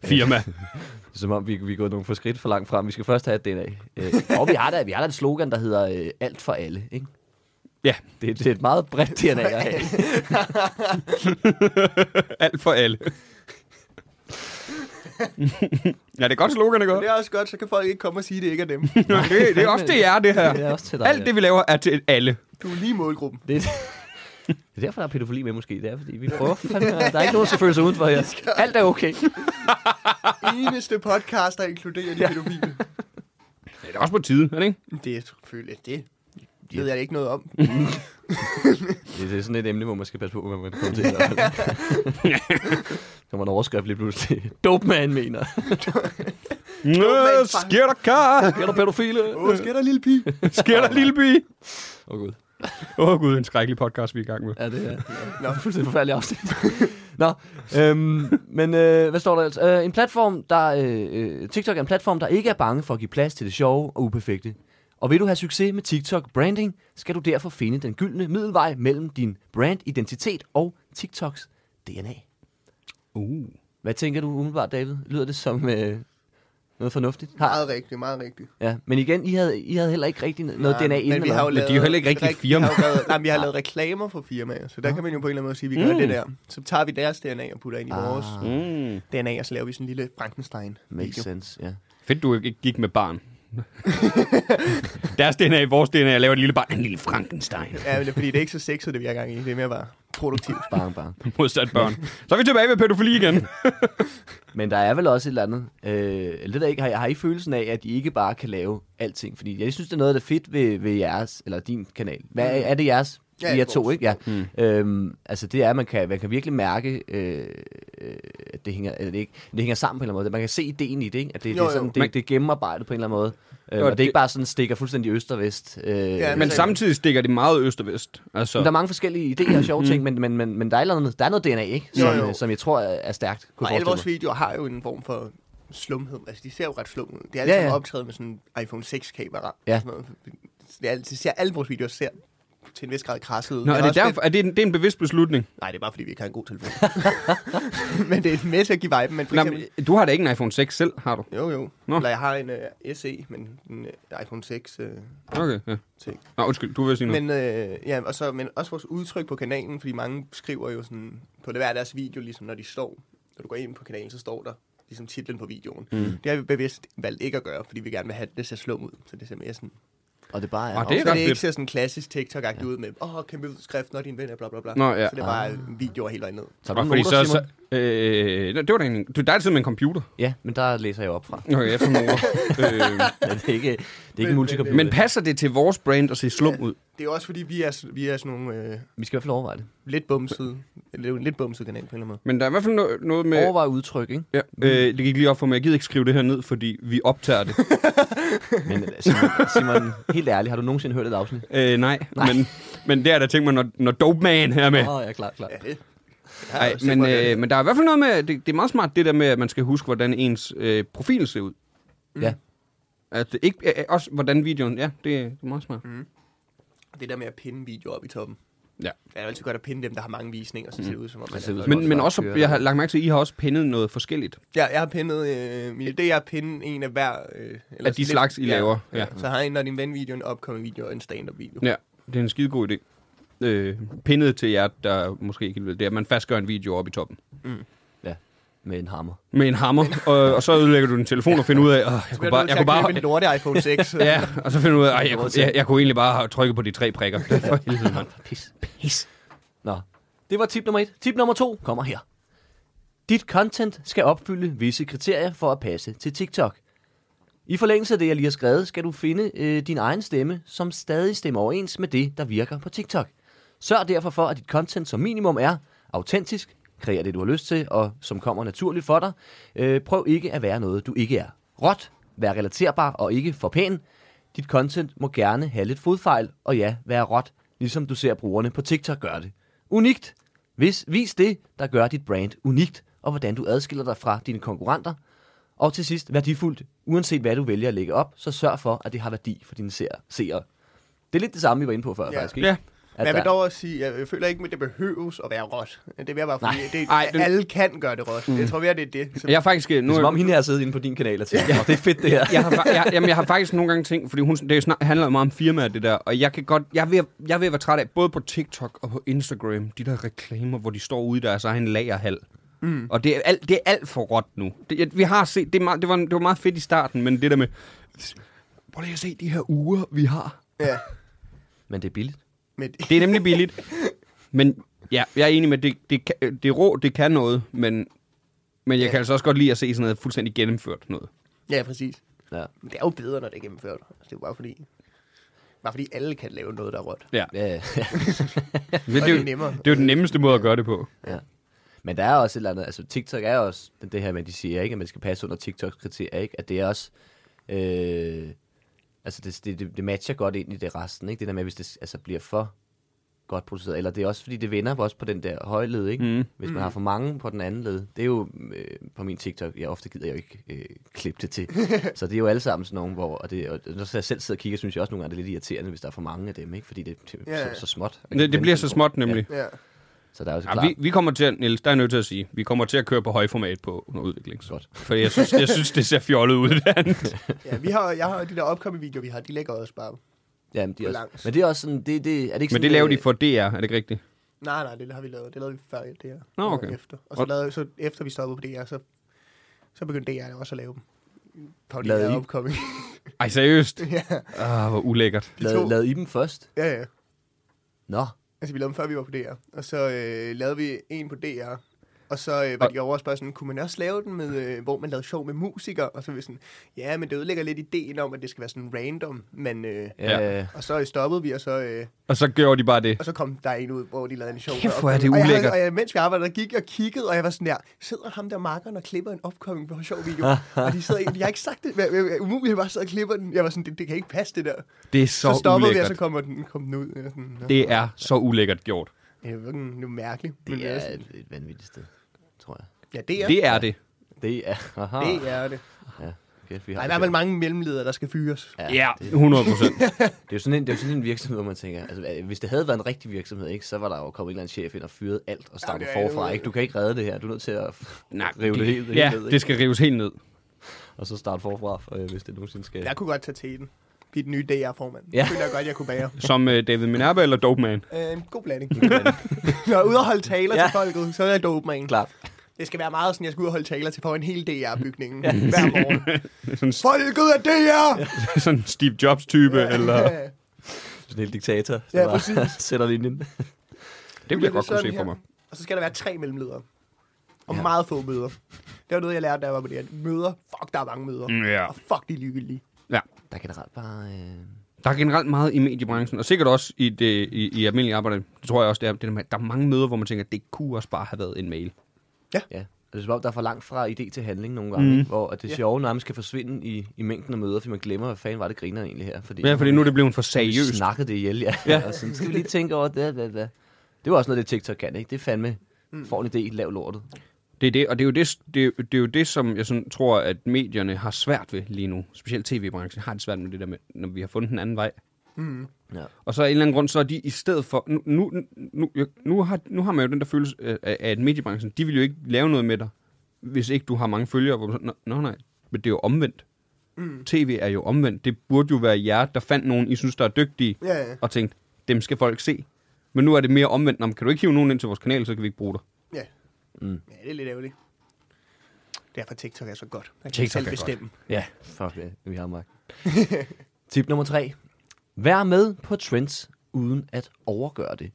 A: firma.
B: Det er Som om vi, vi er gået nogle for skridt for langt frem. Vi skal først have et DNA. Øh, og vi har, da, vi har da et slogan, der hedder øh, alt for alle. Ikke?
A: Ja,
B: Det, det er et meget bredt DNA at have.
A: alt for alle. ja, det er godt slogan, ikke?
C: Det er også godt, så kan folk ikke komme og sige, at det ikke er dem.
A: Det, det er også det, jeg er, det her.
B: Det er også til dig.
A: Alt det, vi laver, er til alle.
C: Du er lige målgruppen.
B: Det er, det er derfor, der er pædofili med måske. Det er, fordi vi prøver fandme, Der er ikke nogen, der skal føle sig udenfor her. Alt er okay.
C: Eneste podcast, der inkluderer de pædofile.
A: Ja, det er også på tide, er det ikke?
C: Det er selvfølgelig det. Det ved jeg ikke noget om.
B: Det, det er sådan et emne, hvor man skal passe på, hvad man kommer til. i hvert fald. Kommer en overskrift lige pludselig. Dope man mener.
A: Nå, sker der, kar?
B: Er du pædofile? Åh
C: Åh, skal der lille pige?
A: Sker der, lille by?
B: oh, gud.
A: Åh oh, gud, en skrækkelig podcast, vi er i gang med.
B: Ja, det er Nå. fuldstændig forfærdelig afsnit. Nå, øhm, men øh, hvad står der ellers? Øh, en platform, der, øh, øh, TikTok er en platform, der ikke er bange for at give plads til det sjove og uperfekte. Og vil du have succes med TikTok-branding, skal du derfor finde den gyldne middelvej mellem din brand-identitet og TikToks DNA.
A: Uh.
B: Hvad tænker du umiddelbart, David? Lyder det som øh, noget fornuftigt? Har,
C: Meget rigtigt, meget rigtigt.
B: ja, men igen, I havde, I havde heller ikke rigtig noget
C: Nej,
B: DNA inden.
C: men vi
B: eller
C: har jo
B: hvad?
A: Men
C: lavet,
A: de er jo heller ikke rigtig
C: rigt-
A: firma.
C: Vi har, jo lavet, nej, Mm. men vi har lavet reklamer for firmaer, så der kan man jo på en eller anden måde sige, at vi gør det der. Så tager vi deres DNA og putter ind i vores
A: Mm.
C: DNA, og så laver vi sådan en lille Frankenstein.
B: Makes sense, ja.
A: Fedt, du ikke gik med barn. Deres DNA, vores DNA, jeg laver et lille barn. En lille Frankenstein.
C: Ja, men det er fordi det er ikke så sexet, det vi har gang i. Det er mere bare produktivt.
B: Bang, bang.
A: Modsat børn. Så er vi tilbage ved pædofili igen.
B: Men der er vel også et eller andet. Øh, eller det ved jeg ikke, har, har I følelsen af, at I ikke bare kan lave alting? Fordi jeg synes, det er noget, der er fedt ved, ved jeres, eller din kanal. Hvad er, er det jeres?
C: Mm. Ja,
B: Ja, I er
C: vores.
B: to, ikke? Ja. Mm. Øhm, altså det er, at man kan, man kan virkelig mærke, øh, øh, at det hænger, eller det, ikke, det hænger sammen på en eller anden måde. Man kan se ideen i det, ikke? At det,
C: Jo,
B: det, er
C: jo.
B: sådan,
A: Men-
B: det, det er gennemarbejdet på en eller anden måde. Øh,
A: Jo,
B: og det er
A: det-
B: ikke bare sådan, stikker fuldstændig øst og vest. Øh, ja,
A: Men samtidig stikker det meget øst og vest. Altså,
B: der er mange forskellige idéer og
A: Mm.
B: sjove ting, men, men, men, men der, er et eller andet, der er noget DNA, ikke?
C: Jo,
B: Som,
C: jo.
B: som jeg tror er, er stærkt. Kunne
C: Og
B: jeg
C: alle
B: forestille
C: vores videoer har jo en form for slumhed. Altså, de ser jo ret slum ud. Det er
B: Ja,
C: altid ja,
B: ja.
C: ja. optaget med sådan en iPhone 6-kamera.
B: Ja.
C: Sådan noget. Det er altid, ser, alle vores videoer ser til en vis grad krasset ud.
A: Nå,
C: Men
A: er det,
C: også lidt-
A: derfor, er det, en, det er en bevidst beslutning?
C: Nej, det er bare, fordi vi ikke har en god telefon. men det er med til at give viben. Men for
A: Nå,
C: eksempel,
A: men, du har da ikke en iPhone 6 selv, har du?
C: jo, jo.
A: Nå.
C: Eller jeg har en uh, SE, men en uh, iPhone 6 uh,
A: Okay, ja.
C: ting.
A: Nå, undskyld, du vil sige noget.
C: Men, øh, ja, og så, men også vores udtryk på kanalen, fordi mange skriver jo sådan, på det hver deres video, ligesom når de står. Når du går ind på kanalen, så står der ligesom titlen på videoen. Mm. Det har vi bevidst valgt ikke at gøre, fordi vi gerne vil have, at det ser slum ud. Så det ser mere sådan...
B: Og det bare er...
A: Og det er
C: så
A: ret
C: det ikke
A: fedt.
C: ser sådan klassisk TikTok-agtigt ud med, åh, oh, kæmpe udskrift, når din ven er bla bla bla.
A: Nå, ja. Ah.
C: Så det er bare videoer helt andet.
B: Tager du
A: Nå, fordi
B: noter, Simon?
A: så, så, øh, det var da en, du, der er altid med en computer.
B: Ja, men der læser jeg op fra.
A: Okay, jeg tager noter. øh,
B: Ja, det er ikke, det er ikke multikomputer.
A: men passer det til vores brand at se slum ud?
C: Det er jo også fordi, vi er, vi er sådan nogle øh,
B: vi skal i hvert fald overveje det.
C: lidt bumsede, det er jo en lidt bumsede kanal på en eller anden måde.
A: Men der er i hvert fald no- noget med...
B: Overveje udtryk, ikke?
A: Ja, øh, det gik lige op for mig. Jeg gider ikke skrive det her ned, fordi vi optager det.
B: Men øh, Simon, Simon, helt ærligt, har du nogensinde hørt et afsnit?
A: øh, nej, nej, men, men det er der tænkt mig, når, når Dope Man her med.
B: Åh, oh, ja, klar, klar.
C: Ja, det. Jeg har
A: Nej,
C: også set,
A: men,
C: hvor det-
A: øh, men der er i hvert fald noget med, det, det er meget smart det der med, at man skal huske, hvordan ens øh, profil ser ud. Mm.
B: Ja.
A: At det ikke, øh, også hvordan videoen, ja, det, er- det er meget smart. Mm.
C: det der med at pinde videoer op i toppen.
A: Ja.
C: Det er jo altid godt at pinde dem, der har mange visninger, så
A: Mm.
C: ser det ud
A: Altså,
C: som om...
B: ser det ud
C: Man
A: Men,
B: som også
A: men
B: bare
A: også,
B: kører
A: jeg har lagt mærke til, at I har også pindet noget forskelligt.
C: ja, jeg har pindet... Øh, min idé er at pinde en af hver... Øh, eller sådan
A: de slags, I laver, ja.
C: Så har en, når din ven video, en opkommende video og en stand-up video.
A: Ja, det er en skide god idé. Øh, pindet til jer, der måske ikke ved det, er, at man fastgør en video op i toppen.
B: Ja, med en hammer.
A: Med en hammer, og, og så ødelægger du din telefon og finder ud af, at jeg kunne bare... Jeg kunne bare
C: en lorte iPhone 6.
A: ja, og så finder du ud af, at jeg,
B: var
A: kunne-
B: selv.
A: jeg, jeg, kunne egentlig bare have trykket på de tre prikker. Det er for helvede, mand.
B: Pis. Pis. Nå, det var tip nummer et. Tip nummer to kommer her. Dit content skal opfylde visse kriterier for at passe til TikTok. I forlængelse af det, jeg lige har skrevet, skal du finde øh, din egen stemme, som stadig stemmer overens med det, der virker på TikTok. Sørg derfor for, at dit content som minimum er autentisk, kreer det, du har lyst til, og som kommer naturligt for dig. Øh, prøv ikke at være noget, du ikke er. Råt, vær relaterbar og ikke for pæn. Dit content må gerne have lidt fodfejl, og ja, være råt, ligesom du ser brugerne på TikTok gøre det. Unikt! Vis, vis det, der gør dit brand unikt, og hvordan du adskiller dig fra dine konkurrenter, og til sidst, værdifuldt. Uanset hvad du vælger at lægge op, så sørg for, at det har værdi for dine seere. seere. Det er lidt det samme, vi var inde på før,
C: Ja.
B: faktisk. Ikke?
A: Ja.
B: At
C: Men jeg vil
B: der-
C: dog også sige, jeg, jeg føler ikke, at det behøves at være råt. Det er bare, fordi
B: Nej.
C: det,
A: Ej,
C: Ej,
A: det- Mm.
C: alle kan gøre det råt. Jeg tror mere, det er det. Så
A: Jeg er faktisk... øh, Nu,
B: Det er som om hende her sidder inde på din kanal og tænker, "Nå, det er fedt det her.
A: jeg har, fa- jeg, jamen, jeg har faktisk nogle gange tænkt, fordi hun, det er jo snak, handler jo meget om firmaer, det der, og jeg kan godt, jeg er, ved, at- jeg er ved at være træt af, både på TikTok og på Instagram, de der reklamer, hvor de står ude i deres egen lagerhal. Mm. Og det er, alt, det er alt for råt nu. Det, jeg- vi har set, det, er meget, det, var, det var meget fedt i starten, men det der med, prøv lige at se de her uger, vi har.
C: Ja,
B: Men det er billigt.
C: med,
A: Det er nemlig billigt. men ja, jeg er enig med, det, det, kan- det er rå, det kan noget, men, men jeg kan altså også godt lide at se sådan noget fuldstændig gennemført noget.
C: ja, præcis.
B: Ja.
C: Men det er jo bedre, når det er gennemført. Altså, det er jo bare fordi, bare fordi alle kan lave noget, der er råt.
A: Ja.
B: Ja,
A: Men
B: ja.
A: det, er
C: det er
A: jo, det
C: nemmere.
A: er jo den nemmeste måde at gøre det på.
B: ja. Men der er også et eller andet, altså TikTok er også det her, man de siger, ikke, at man skal passe under TikToks kriterier, ikke? at det er også, øh, altså det, det, det, det, matcher godt ind i det resten, ikke? det der med, hvis det altså, bliver for godt produceret, eller det er også fordi, det vender også på den der høje led, ikke? Mm. hvis man har for mange på den anden led, det er jo øh, på min TikTok, jeg ofte gider jeg jo ikke øh, klippe det til, så det er jo alle sammen sådan nogle, hvor, og, det, og når jeg selv sidder og kigger, synes jeg også nogle gange, det er lidt irriterende, hvis der er for mange af dem, ikke? fordi det, det
C: Ja,
B: er
C: ja.
B: så, så småt.
A: Det, det bliver så småt nemlig.
C: Ja.
B: Så der er jo så
A: Ja,
B: klart,
A: vi, vi kommer til at, Niels, der er jeg nødt til at sige, vi kommer til at køre på højformat på under udvikling.
B: Godt.
A: For jeg synes, jeg synes, det ser fjollet ud. det andet.
C: ja vi har, jeg har de der opkommende videoer, vi har, de lægger også bare.
B: Ja, men, de er
C: På
B: også,
C: langs.
B: men det er også sådan, det, det, er det ikke
A: Men
B: sådan,
A: det laver de
B: øh,
A: for DR, er det ikke rigtigt?
C: Nej, nej, det har vi lavet. Det lavede vi før det her.
A: Nå,
C: Og
A: okay.
C: Efter. Og så,
A: Og-
C: lavede, så efter vi stoppede på DR, så, så begyndte DR også at lave dem. På de
B: Lavede I?
C: her opkommende.
A: Ej, seriøst?
C: ja,
A: Ah, hvor ulækkert.
C: de
B: lavede,
C: to.
B: lavede I dem først?
C: ja, ja.
B: Nå,
C: Altså, vi lavede dem før vi var på DR. Og så øh, lavede vi en på DR. Og så øh, var
A: Og-
C: de over og spørge sådan, kunne man også lave den, med, øh, hvor man lavede sjov med musikere? Og så var vi sådan, ja, men det ødelægger lidt ideen om, at det skal være sådan random. Men, øh,
A: Ja.
B: ja. øh,
C: og så øh, stoppede vi, og så, øh,
A: Og så gjorde de bare det.
C: og så kom der en ud, hvor de lavede en sjov
A: Kæft,
C: med
A: hvor er det
C: opkommende. Og jeg havde-
A: ulækkert.
C: Og jeg, mens vi arbejdede, der gik jeg og kiggede, og jeg var sådan der, sidder ham der markeren og klipper en opkomming på en sjov video? og de sidder egentlig, jeg har ikke sagt det, men jeg, jeg, umuligt, jeg bare sidder og klipper den. Jeg var sådan, det, det kan ikke passe det der.
A: Det er
C: Så,
A: så,
C: så stoppede vi, og
A: ulækkert.
C: så kommer den, kom den ud. Jeg var sådan, "Nå,
A: Det er så ulækkert gjort.
C: det er jo virkelig- det er mærkeligt. men
B: det
C: jeg
B: er
C: sådan-
B: et, et vanvittigt sted, tror jeg.
C: Ja, det er.
A: Det er det.
B: Det er... Aha.
C: Det er det.
B: Kæft, vi
C: Der
B: har
C: er i
B: det.
C: hvert fald mange mellemledere, der skal fyres.
B: Ja,
A: Ja,
B: det-
A: 100 procent.
B: Det er jo sådan en, det er jo sådan en virksomhed, hvor man tænker, altså, øh, hvis det havde været en rigtig virksomhed, ikke, så var der jo kommet en eller anden chef ind og fyret alt og startet
C: det
B: ja,
C: er-
B: forfra. Ikke? Du kan ikke redde det her. Du er nødt til at
A: Nej,
B: rive det helt, helt
A: ja,
B: ned, ikke?
A: det skal rives helt ned.
B: og så starte forfra, øh, hvis det nogensinde skal...
C: Jeg kunne godt tage teten. Blive den nye DR-formand.
B: Ja.
C: Det kunne jeg godt, jeg kunne bære.
A: Som øh, David Minerva eller Dope Man.
C: Øh, en god blanding. Når jeg er ude og holde taler ja.
B: Ja.
C: til folket, så er jeg dope, man.
B: Klart.
C: Det skal være meget sådan, jeg skal ud og holde taler til foran hele DR-bygningen hver morgen. Folket er DR!
A: Sådan Steve Jobs-type, ja. eller...
B: Sådan en hel diktator, der
C: Ja,
B: ja, bare
C: præcis.
B: sætter linjen.
A: Det vil jeg godt kunne se for mig.
C: Og så skal der være tre mellemledere.
B: Ja.
C: Og ja. meget få møder. Det var noget, jeg lærte, da jeg var på det. at Møder, fuck, der er mange møder.
A: Mm, ja.
C: Og fuck, de er ligegyldige.
B: Der er generelt bare... Øh...
A: Der er generelt meget i mediebranchen, og sikkert også i, det, i, i almindelige arbejde. Det tror jeg også, det er, det der, med, at der er mange møder, hvor man tænker, at det kunne også bare have været en mail.
B: Ja. Og det er som om, der er for langt fra idé til handling nogle gange,
A: Mm.
B: mm. ikke? hvor at det
C: Ja.
B: sjove nærmest skal forsvinde i, i mængden af møder, fordi man glemmer, hvad fanden var det griner egentlig her. Fordi
A: Ja, fordi nu er det blevet for
B: seriøst.
A: seriøst.
B: snakkede det ihjel, ja. ja. og sådan, skal vi lige tænke over det, det, det. Det var også noget, det TikTok kan, ikke? Det er fandme, får en idé, lav lortet.
A: Det er det, og det er jo det, det, er jo- det, er jo det som jeg sådan, tror, at medierne har svært ved lige nu. Specielt tv-branchen har det svært med det der med, når vi har fundet en anden vej.
B: Ja.
A: Og så af en eller anden grund, så er de i stedet for... Nu, nu, nu, nu, har, nu har man jo den der følelse øh, af, at mediebranchen, de vil jo ikke lave noget med dig, hvis ikke du har mange følgere. Hvor man sådan, nå, nå, nej, men det er jo omvendt. Mm. TV er jo omvendt. Det burde jo være jer, der fandt nogen, I synes, der er dygtige,
C: Ja, ja.
A: og tænkte, dem skal folk se. Men nu er det mere omvendt. Nå, men kan du ikke hive nogen ind til vores kanal, så kan vi ikke bruge dig.
C: Ja.
B: Mm.
C: ja, det er lidt ærgerligt. Derfor TikTok er så godt. Man kan
A: TikTok
C: TikTok
A: er
C: selv
A: godt.
C: bestemme.
B: Ja, fuck det. Vi har magt. Tip nummer tre. Vær med på trends, uden at overgøre det.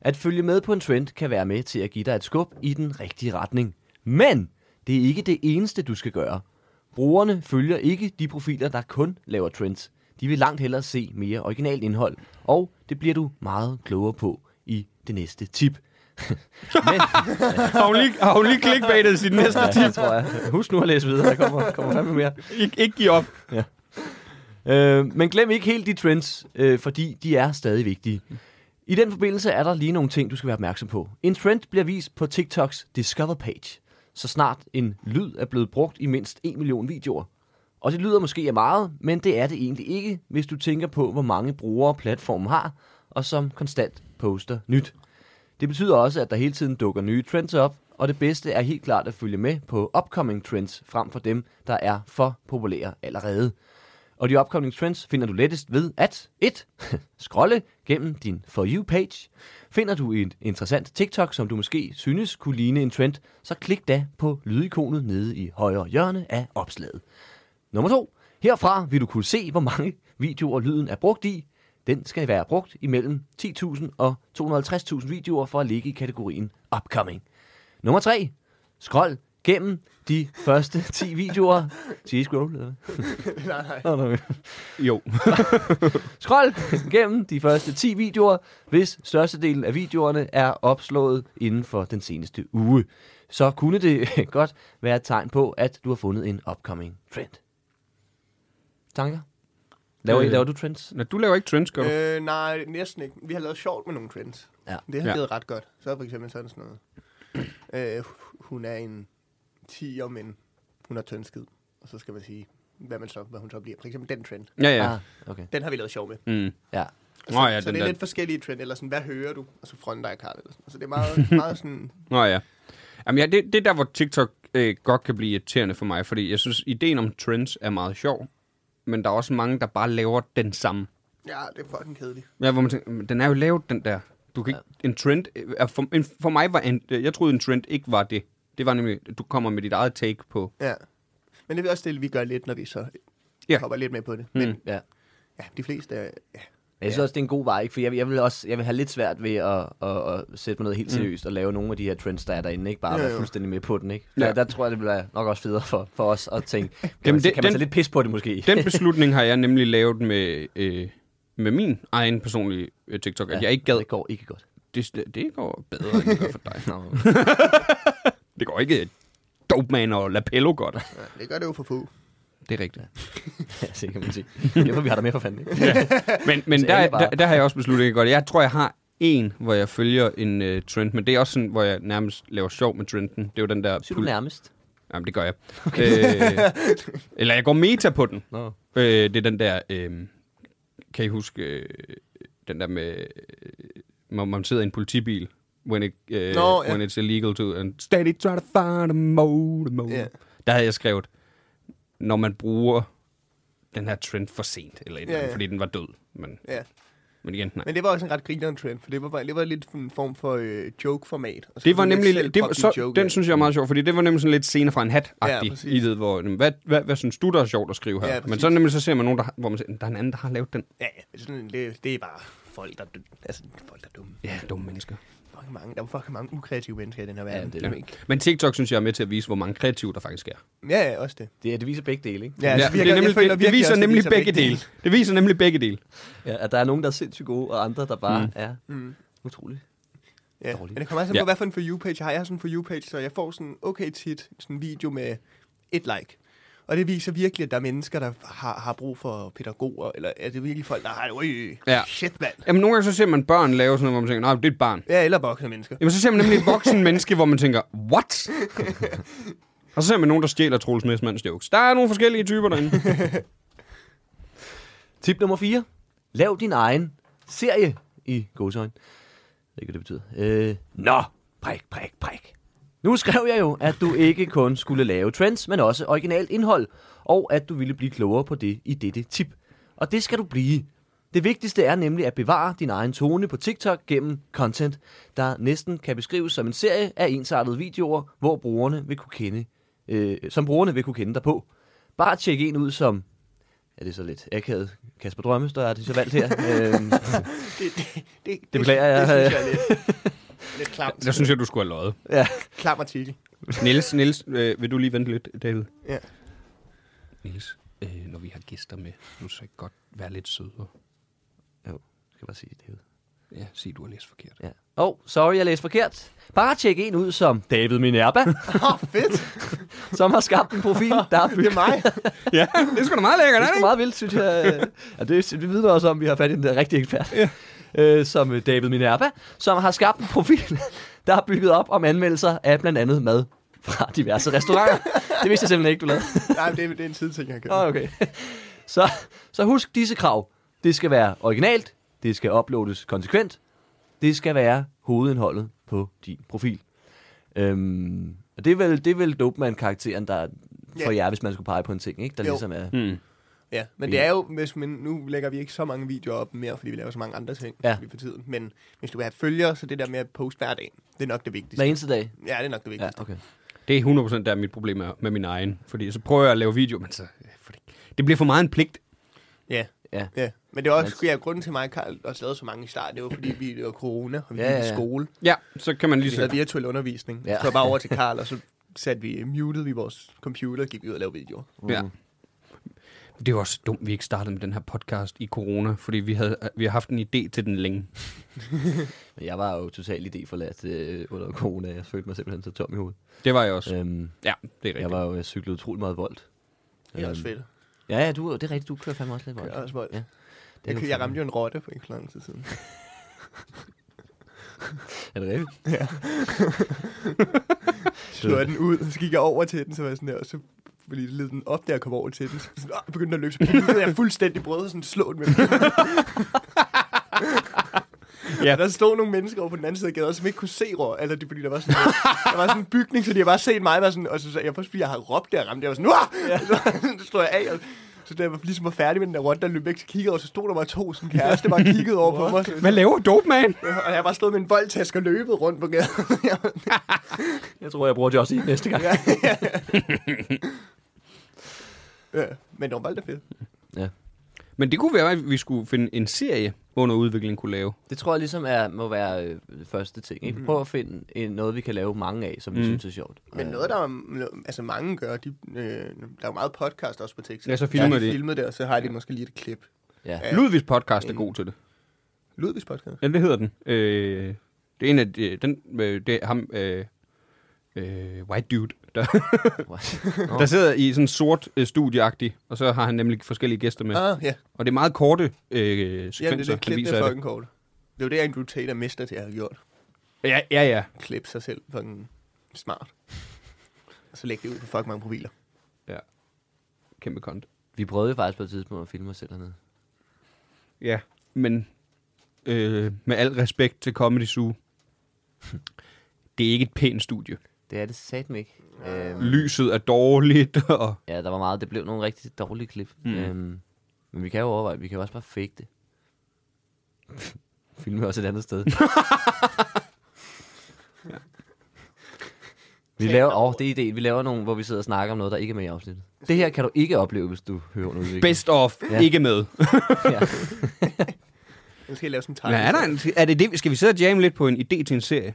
B: At følge med på en trend kan være med til at give dig et skub i den rigtige retning. Men det er ikke det eneste, du skal gøre. Brugerne følger ikke de profiler, der kun laver trends. De vil langt hellere se mere originalt indhold, og det bliver du meget klogere på i det næste tip. Men,
A: Har hun lige, har hun lige clickbaitet sit næste
B: ja, det tror jeg. Husk nu at læse videre, der kommer, kommer fandme mere.
A: Ik- ikke give op.
B: Øh, men glem ikke helt de trends, øh, fordi de er stadig vigtige. I den forbindelse er der lige nogle ting, du skal være opmærksom på. En trend bliver vist på TikToks Discover page, så snart en lyd er blevet brugt i mindst 1 million videoer. Og det lyder måske af meget, men det er det egentlig ikke, hvis du tænker på, hvor mange brugere platformen har, og som konstant poster nyt. Det betyder også, at der hele tiden dukker nye trends op, og det bedste er helt klart at følge med på upcoming trends frem for dem, der er for populære allerede. Og de upcoming trends finder du lettest ved at 1. Scrolle gennem din For You-page. Finder du en interessant TikTok, som du måske synes kunne ligne en trend, så klik da på lydikonet nede i højre hjørne af opslaget. Nummer 2. Herfra vil du kunne se, hvor mange videoer lyden er brugt i. Den skal være brugt imellem 10.000 og 250.000 videoer for at ligge i kategorien Upcoming. Nummer 3. Scroll gennem de første 10 videoer. Siger I scroll? Eller?
C: nej,
B: hvad?
C: nej.
B: Nå, nå.
A: Jo.
B: Scroll gennem de første 10 videoer, hvis størstedelen af videoerne er opslået inden for den seneste uge. Så kunne det godt være et tegn på, at du har fundet en upcoming trend. Tanker? Laver,
A: Øh.
B: øh. laver du trends?
A: Nå, du laver ikke trends, gør du?
C: Øh, nej, næsten ikke. Vi har lavet sjovt med nogle trends.
B: Ja.
C: Det har
A: Ja.
C: ja. givet ret godt. Så er for eksempel sådan sådan noget. Øh, hun er en 10'er, men hun er tyndskid. Og så skal man sige, hvad, man så, hvad hun så bliver. For eksempel den trend.
A: Ja, ja.
B: Ah, okay.
C: Den har vi lavet sjov med. Altså,
A: Mm.
B: Ja.
A: Nå ja,
C: så
A: den
C: det er
A: der.
C: lidt forskellige trend, eller sådan, hvad hører du? Og så fronter jeg Karl. Eller sådan. Så det er meget, meget sådan...
A: Nå ja. Jamen ja, det, det er der, hvor TikTok øh, godt kan blive irriterende for mig, fordi jeg synes, ideen om trends er meget sjov, men der er også mange, der bare laver den samme.
C: Ja, det er fucking kedeligt.
A: Ja, hvor man tænker, "Men den er jo lavet, den der. Du kan ikke, en trend, øh, er for, en, for mig var en, øh, jeg troede en trend ikke var det. Det var nemlig, at du kommer med dit eget take på.
C: Ja. Men det er også det, vi gør lidt, når vi så
A: Ja. Mm.
C: ja. hopper lidt med på det. Men
B: ja.
C: ja, de fleste... er- Ja.
B: Men jeg synes også, det er en god vej, ikke? for jeg, jeg, vil også, jeg vil have lidt svært ved at, at, at sætte mig ned
A: Mm.
B: helt seriøst og lave nogle af de her trends, der er derinde, ikke bare
C: Jo,
B: være
C: jo.
B: fuldstændig med på den. Ikke?
A: Ja.
B: Der, der tror jeg, det bliver nok også federe for, for os at tænke, kan,
A: Jamen,
B: Jamen, man,
A: det-
B: det, kan man
A: den-
B: tage lidt pis på det måske?
A: Den beslutning har jeg nemlig lavet med, øh, med min egen personlige øh, TikTok, at jeg ikke gad.
B: Det går ikke godt.
A: Det, det går bedre, end det gør for dig.
B: Nå.
A: Det går ikke Dope Man og Lapello godt.
C: ja, det gør det jo for få.
A: Det er rigtigt.
B: Ja, det kan man sige. Det er derfor, vi har dig med for fanden. Ikke?
A: Men, men
B: Så
A: der,
B: alle bare-
A: der, der har jeg også besluttet ikke godt. Jeg tror, jeg har en, hvor jeg øh, følger en uh, trend, men det er også sådan, hvor jeg nærmest laver sjov med trenden. Det er jo den der...
B: Syg du nærmest.
A: Jamen, det gør jeg. Øh, eller jeg går meta på den.
B: Nå.
A: Øh, det er den der... Øh, kan I huske øh, den der med... Øh, hvor man sidder i en politibil. When, it, øh,
C: Nå, ja.
A: when it's illegal to... And steady try to find a motor, motor.
C: Ja.
A: Der havde jeg skrevet, når man bruger den her trend for sent, eller et eller
C: Ja,
A: andet,
C: ja.
A: fordi den var død. Men,
C: Ja.
A: men igen, nej.
C: Men det var også en ret grineren trend, for det var, bare- det var lidt en form for øh, joke-format. Og så
A: Det var
C: kunne man
A: nemlig,
C: selv
A: det, var-
C: proppe en
A: så,
C: joke
A: den
C: ind.
A: synes jeg er meget sjov, fordi det var nemlig sådan lidt scene fra en
C: Ja,
A: hat-agtig
C: præcis.
A: i det, hvor, jamen, hvad, hvad, hvad synes du, der er sjovt at skrive her?
C: Ja,
A: Ja,
C: præcis.
A: Men så nemlig, så ser man nogen, der, har- hvor man siger, der er en anden, der har lavet den.
C: Ja, ja. Sådan, en- det, det er bare folk, der, er dø- altså, folk, der er dumme.
A: Ja, dumme mennesker.
C: Fucking mange, der er fucking mange ukreative mennesker i den her verden.
B: det er
C: er
A: Ja. Men TikTok synes jeg er med til at vise, hvor mange kreative der faktisk er.
C: Ja, ja, også det.
B: Det, er, det viser begge dele, ikke?
C: Ja, altså,
A: det, er nemlig, det, det viser nemlig begge dele. Det viser nemlig begge dele.
B: Ja, at der er nogen, der er sindssygt gode, og andre, der bare mm. er mm. utrolig.
C: Ja.
B: Dårligt.
C: Men det kommer altså
A: Ja.
C: på, hvad for en for you-page jeg har. Jeg har sådan en for you-page, så jeg får sådan okay tit sådan en video med et like. Og det viser virkelig, at der er mennesker, der har, har brug for pædagoger, eller er det virkelig folk, der har øj,
A: Ja.
C: ja. shit mand.
A: Jamen, nogle gange så ser man børn lave sådan noget, hvor man tænker, nej, det er et barn.
C: Ja, eller voksne mennesker.
A: Jamen, så ser man nemlig et voksen menneske, hvor man tænker, what? Og så ser man nogen, der stjæler Troels Messmanns jokes. Der er nogle forskellige typer derinde.
B: Tip nummer 4. Lav din egen serie i godsøjen. Jeg ved ikke, hvad det betyder. Øh, nå, prik, prik, prik. Nu skrev jeg jo, at du ikke kun skulle lave trends, men også originalt indhold, og at du ville blive klogere på det i dette tip. Og det skal du blive. Det vigtigste er nemlig at bevare din egen tone på TikTok gennem content, der næsten kan beskrives som en serie af ensartede videoer, hvor brugerne vil kunne kende, øh, som brugerne vil kunne kende dig på. Bare tjek en ud som Ja, det er så lidt akavet. Kasper Drømme, der er det så valgt her. øhm,
C: Det, det, det, det,
B: beklager jeg.
C: Det, synes jeg er lidt, lidt klamt.
A: Der synes jeg, du skulle have løjet.
B: ja.
C: Klam artikel.
A: Niels, Niels øh, vil du lige vente lidt, David?
C: Ja.
A: Niels, øh, når vi har gæster med, nu så ikke godt være lidt sødere.
B: Jo, skal jeg bare sige det.
A: Ja, sig du har læst forkert.
B: Ja. Oh, sorry, jeg læste forkert. Bare tjek en ud som David Minerva,
C: Åh, oh, fedt.
B: som har skabt en profil, der er
C: Det
B: bygget.
C: er mig.
A: ja, det er sgu da meget lækkert,
B: Det er sgu
A: ikke?
B: meget vildt, synes jeg. Ja, det, det vidner også om, at vi har fat i den der rigtige ekspert. Ja. Øh, som øh, David Minerva, som har skabt en profil, der er bygget op om anmeldelser af blandt andet mad fra diverse restauranter. det vidste jeg simpelthen ikke, du lavede.
C: Nej, men det, er- det er en tidting, jeg kan.
B: Ah, okay. Så, så husk disse krav. Det skal være originalt, det skal uploades konsekvent, det skal være hovedindholdet på din profil. Øhm, og det er vel, det er vel Dopeman-karakteren, der er for
C: Ja.
B: jer, hvis man skulle pege på en ting, ikke? Der
C: Jo.
B: ligesom er...
A: Hmm.
C: Ja, men det er jo, hvis man, nu lægger vi ikke så mange videoer op mere, fordi vi laver så mange andre ting
B: Ja.
C: ja. lige for tiden. Men hvis du vil have følgere, så det der med at poste hver dag, det er nok det vigtigste.
B: Hver eneste dag.
C: Ja, det er nok det
B: Ja,
C: vigtigste.
B: okay.
A: Det er 100% der mit problem er med min egen. Fordi så prøver jeg at lave video, men så... øh, For det, det bliver for meget en pligt.
C: Ja.
B: Ja.
C: ja. Men det er også ja, grunden til mig, og Karl også lavede så mange i start. Det var fordi, vi det var corona, og vi
B: Ja,
C: ja, gik
B: ja,
C: i
B: ja.
C: skole.
A: Ja, så kan man lige
C: Vi havde
A: så...
C: virtuel undervisning.
B: Ja.
C: Ja. Så bare over til Karl, og så satte vi, mutede vi vores computer, og gik vi ud og lavede videoer.
A: Ja. Det er jo også dumt, vi ikke startede med den her podcast i corona, fordi vi, havde, vi har haft en idé til den længe.
B: Men jeg var jo totalt idéforladt øh, under corona. Jeg følte mig simpelthen så tom i hovedet.
A: Det var jeg også.
B: Øhm,
A: Ja, det er
B: jeg
A: rigtigt.
B: var jo jeg cyklede utrolig meget voldt.
C: Det er
B: Øhm,
C: også fedt.
B: Ja, ja, du, det er rigtigt. Du kører fandme også lidt voldt.
C: Det er også voldt.
B: Ja.
C: Ja.
B: Det er
C: Jeg,
B: jo
C: kø- jeg
B: fandme-
C: ramte jo en rotte for ikke så lang tid siden.
B: Er det rigtigt?
C: slog jeg den ud, og så gik jeg over til den, så var jeg sådan der, og så fordi det led den op, da jeg kom over til den. Så sådan, "Åh," begyndte den at løbe, så blev jeg fuldstændig brød og sådan slå den med Ja, der stod nogle mennesker over på den anden side af gaden, som ikke kunne se rå, eller det, fordi der var sådan, der var sådan en bygning, så de har bare set mig, var sådan, og så sagde jeg, først fordi jeg har råbt der, ramte jeg var sådan, Uah! Ja. så slog jeg af, og så da jeg var- ligesom var færdig med den der rotte, der løb væk, så kiggede jeg, og så stod der bare to sådan kæreste, bare kiggede over på mig.
A: Hvad laver dope, man?
C: Og jeg har bare stået med en voldtask og løbet rundt på gaden. Jeg var-
B: Jeg tror, jeg bruger Josie næste gang.
C: Ja. ja. Men det var meget fedt.
B: Ja.
A: Men det kunne være, at vi skulle finde en serie, under udvikling kunne lave.
B: Det tror jeg ligesom er, må være øh, det første ting. Ikke? Vi prøver at finde en, noget, vi kan lave mange af, som vi mm. synes er sjovt.
C: Men noget, der er- altså mange gør, de, øh, der er jo meget podcast også på TikTok.
A: Ja, så filmer
C: de.
A: de.
C: filmet det, og så har de måske lige et klip.
B: Ja.
C: Ja.
A: Ludvigs podcast er god til det.
C: Ludvigs podcast.
A: Ja, det hedder den. Øh, det er en af de, den, øh, det er ham, øh, øh, white dude, der,
B: Nå.
A: der sidder i sådan en sort øh, studieagtig, og så har han nemlig forskellige gæster med.
C: Ah, ja.
A: Og det er meget korte øh,
C: Jamen, det
A: sekvenser,
C: er det
A: der
C: klip,
A: viser
C: der
A: af
C: er
A: det.
C: fucking kort. Det er jo det, Andrew Tate er mester til at have gjort.
A: Ja, ja, ja.
C: Klip sig selv fucking smart. og så lægge det ud på fucking mange profiler.
A: Ja. Kæmpe kont.
B: Vi prøvede jo faktisk på et tidspunkt at filme os selv hernede.
A: Ja, men øh, med al respekt til Comedy Zoo, det er ikke et pænt studie.
B: Det er det satme ikke. Øhm,
A: Lyset er dårligt, og
B: ja, der var meget. Det blev nogle rigtig dårlige klip. Mm. Øhm, men vi kan jo overveje, vi kan jo også bare fake det. Filme også et andet sted. Vi laver, åh, det er idéen. Vi laver nogle, hvor vi sidder og snakker om noget, der ikke er med i afsnittet. Det her kan du ikke opleve, hvis du hører under udvikling.
A: best of
B: Ja.
A: ja. ikke med.
B: Ja.
C: Eller skal jeg lave sådan en
A: Men er, der en, er det det? Skal vi sidde og jamme lidt på en idé til en serie?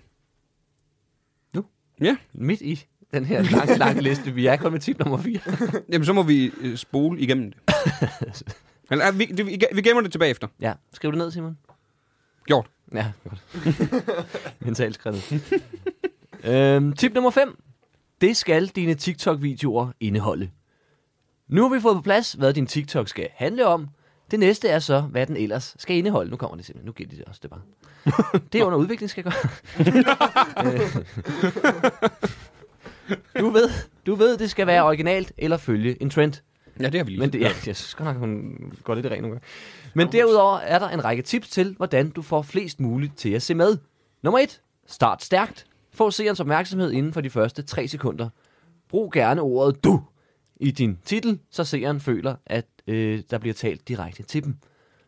B: Nu?
A: Ja.
B: Midt i den her lange, lange liste. Vi er kun med tip nummer 4.
A: Jamen, så må vi øh, spole igennem det. Eller, er vi, det, vi, vi gemmer det tilbage efter.
B: Ja, skriv det ned, Simon.
A: Gjort.
B: Ja, godt. Mentalt skrevet. øhm, tip nummer 5. Det skal dine TikTok-videoer indeholde. Nu har vi fået på plads, hvad din TikTok skal handle om. Det næste er så, hvad den ellers skal indeholde. Nu kommer det simpelthen. Nu giver de det også, det bare. Det er under udvikling, skal jeg gøre. Øh. du, ved, du ved, det skal være originalt eller følge en trend.
A: Ja, det har vi lige.
B: Men det, ja, jeg synes godt nok, hun går lidt i ren nogle gange. Men derudover er der en række tips til, hvordan du får flest muligt til at se med. Nummer 1. Start stærkt. Få seerens opmærksomhed inden for de første 3 sekunder. Brug gerne ordet du i din titel, så seeren føler, at øh, der bliver talt direkte til dem.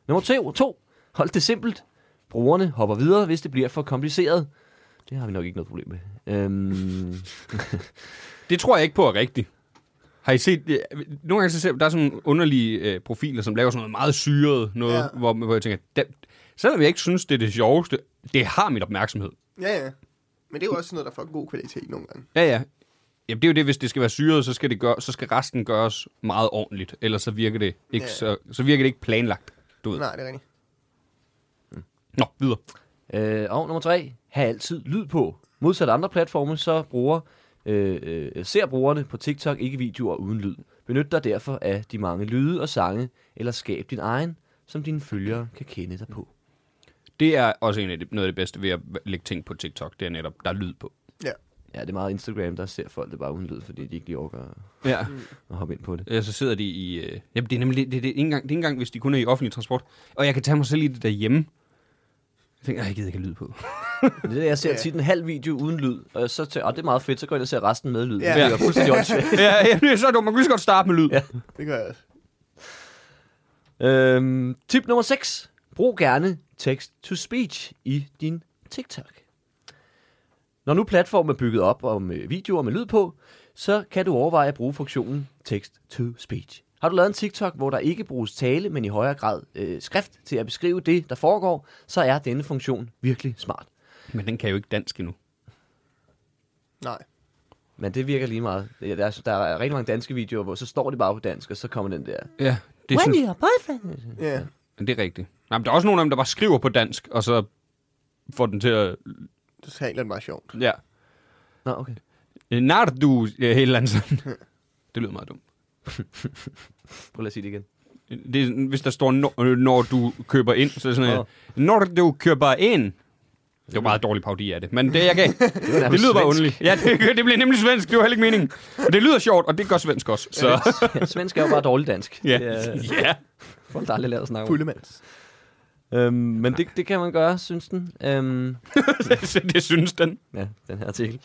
B: Nummer 2. 2. Hold det simpelt. Brugerne hopper videre, hvis det bliver for kompliceret. Det har vi nok ikke noget problem med. Øhm,
A: Det tror jeg ikke på er rigtigt. Har I set, øh, nogle gange så ser, der er sådan nogle underlige øh, profiler, som laver sådan noget meget syret noget,
C: Ja.
A: ja. hvor, hvor jeg tænker, der, selvom jeg ikke synes, det er det sjoveste, det har min opmærksomhed.
C: Ja, ja. Men det er jo også sådan noget, der får god kvalitet nogle gange.
A: Ja, ja. Jamen, det er jo det, hvis det skal være syret, så skal, det gøre, så skal resten gøres meget ordentligt, ellers så virker det ikke,
C: Ja.
A: ja. så, så virker det ikke planlagt, du ved. Nej.
C: Nej, det er rigtigt.
A: Nå, videre.
B: Øh, og nummer tre, have altid lyd på. Modsat andre platforme, så bruger, øh, øh, ser brugerne på TikTok ikke videoer uden lyd. Benyt dig derfor af de mange lyde og sange, eller skab din egen, som dine følgere kan kende dig på.
A: Det er også en af de, noget af det bedste ved at lægge ting på TikTok, det er netop, der er lyd på.
C: Ja.
B: Ja, det er meget Instagram, der ser folk det bare uden lyd, fordi de ikke lige orker
A: Ja.
B: at hoppe ind på det.
A: Ja, Mm. så sidder de i... Øh, jamen, det er nemlig det, det, det, er ikke engang, det er ikke engang, hvis de kun er i offentlig transport. Og jeg kan tage mig selv i det derhjemme. Jeg tænker, "Ej, jeg gider ikke have lyd på.
B: Men det er det, jeg ser
C: Ja.
B: tit en halv video uden lyd, og så tænker, og det er meget fedt, så går jeg ind og ser resten med lyd.
C: Ja.
B: Det er fuldstændig åndssvagt.
A: ja, ja, det er så dumt. Man kan lige så godt starte med lyd.
B: Ja.
A: Ja.
C: Det gør jeg også.
B: Øhm, tip nummer 6. Brug gerne text-to-speech i din TikTok. Når nu platformen er bygget op om øh, videoer med lyd på, så kan du overveje at bruge funktionen text-to-speech. Har du lavet en TikTok, hvor der ikke bruges tale, men i højere grad øh, skrift til at beskrive det, der foregår, så er denne funktion virkelig smart.
A: Men den kan jo ikke dansk endnu.
C: Nej.
B: Men det virker lige meget. Ja, Der er, der er rigtig mange danske videoer, hvor så står det bare på dansk, og så kommer den der.
A: Ja, det, synes,
B: your boyfriend?
C: Ja.
A: det er rigtigt. Nej, men der er også nogle af dem, der bare skriver på dansk, og så får den til at...
C: Det er egentlig meget sjovt.
A: Ja.
B: Nå, okay.
A: Nardu, ja, helt andet sådan. Det lyder meget dumt.
B: Prøv lige at sige det igen.
A: Det er, sådan, hvis der står, når, øh, når du køber ind, så er det sådan,
B: Åh.
A: oh. når du køber ind. Det var meget dårlig parodi af det, men det, jeg kan, det, lyder bare underligt. Ja, det, det bliver nemlig svensk, det var heller ikke meningen. Og det lyder sjovt, og det gør svensk også. Så.
B: Ja, svensk er jo bare dårlig dansk.
A: Ja.
B: Det er
A: ja.
B: folk, der aldrig lært at snakke om.
C: Fuldemands.
B: Øhm, men det, det kan man gøre, synes den. Øhm,
A: Det, det synes den.
B: ja, den her artikel.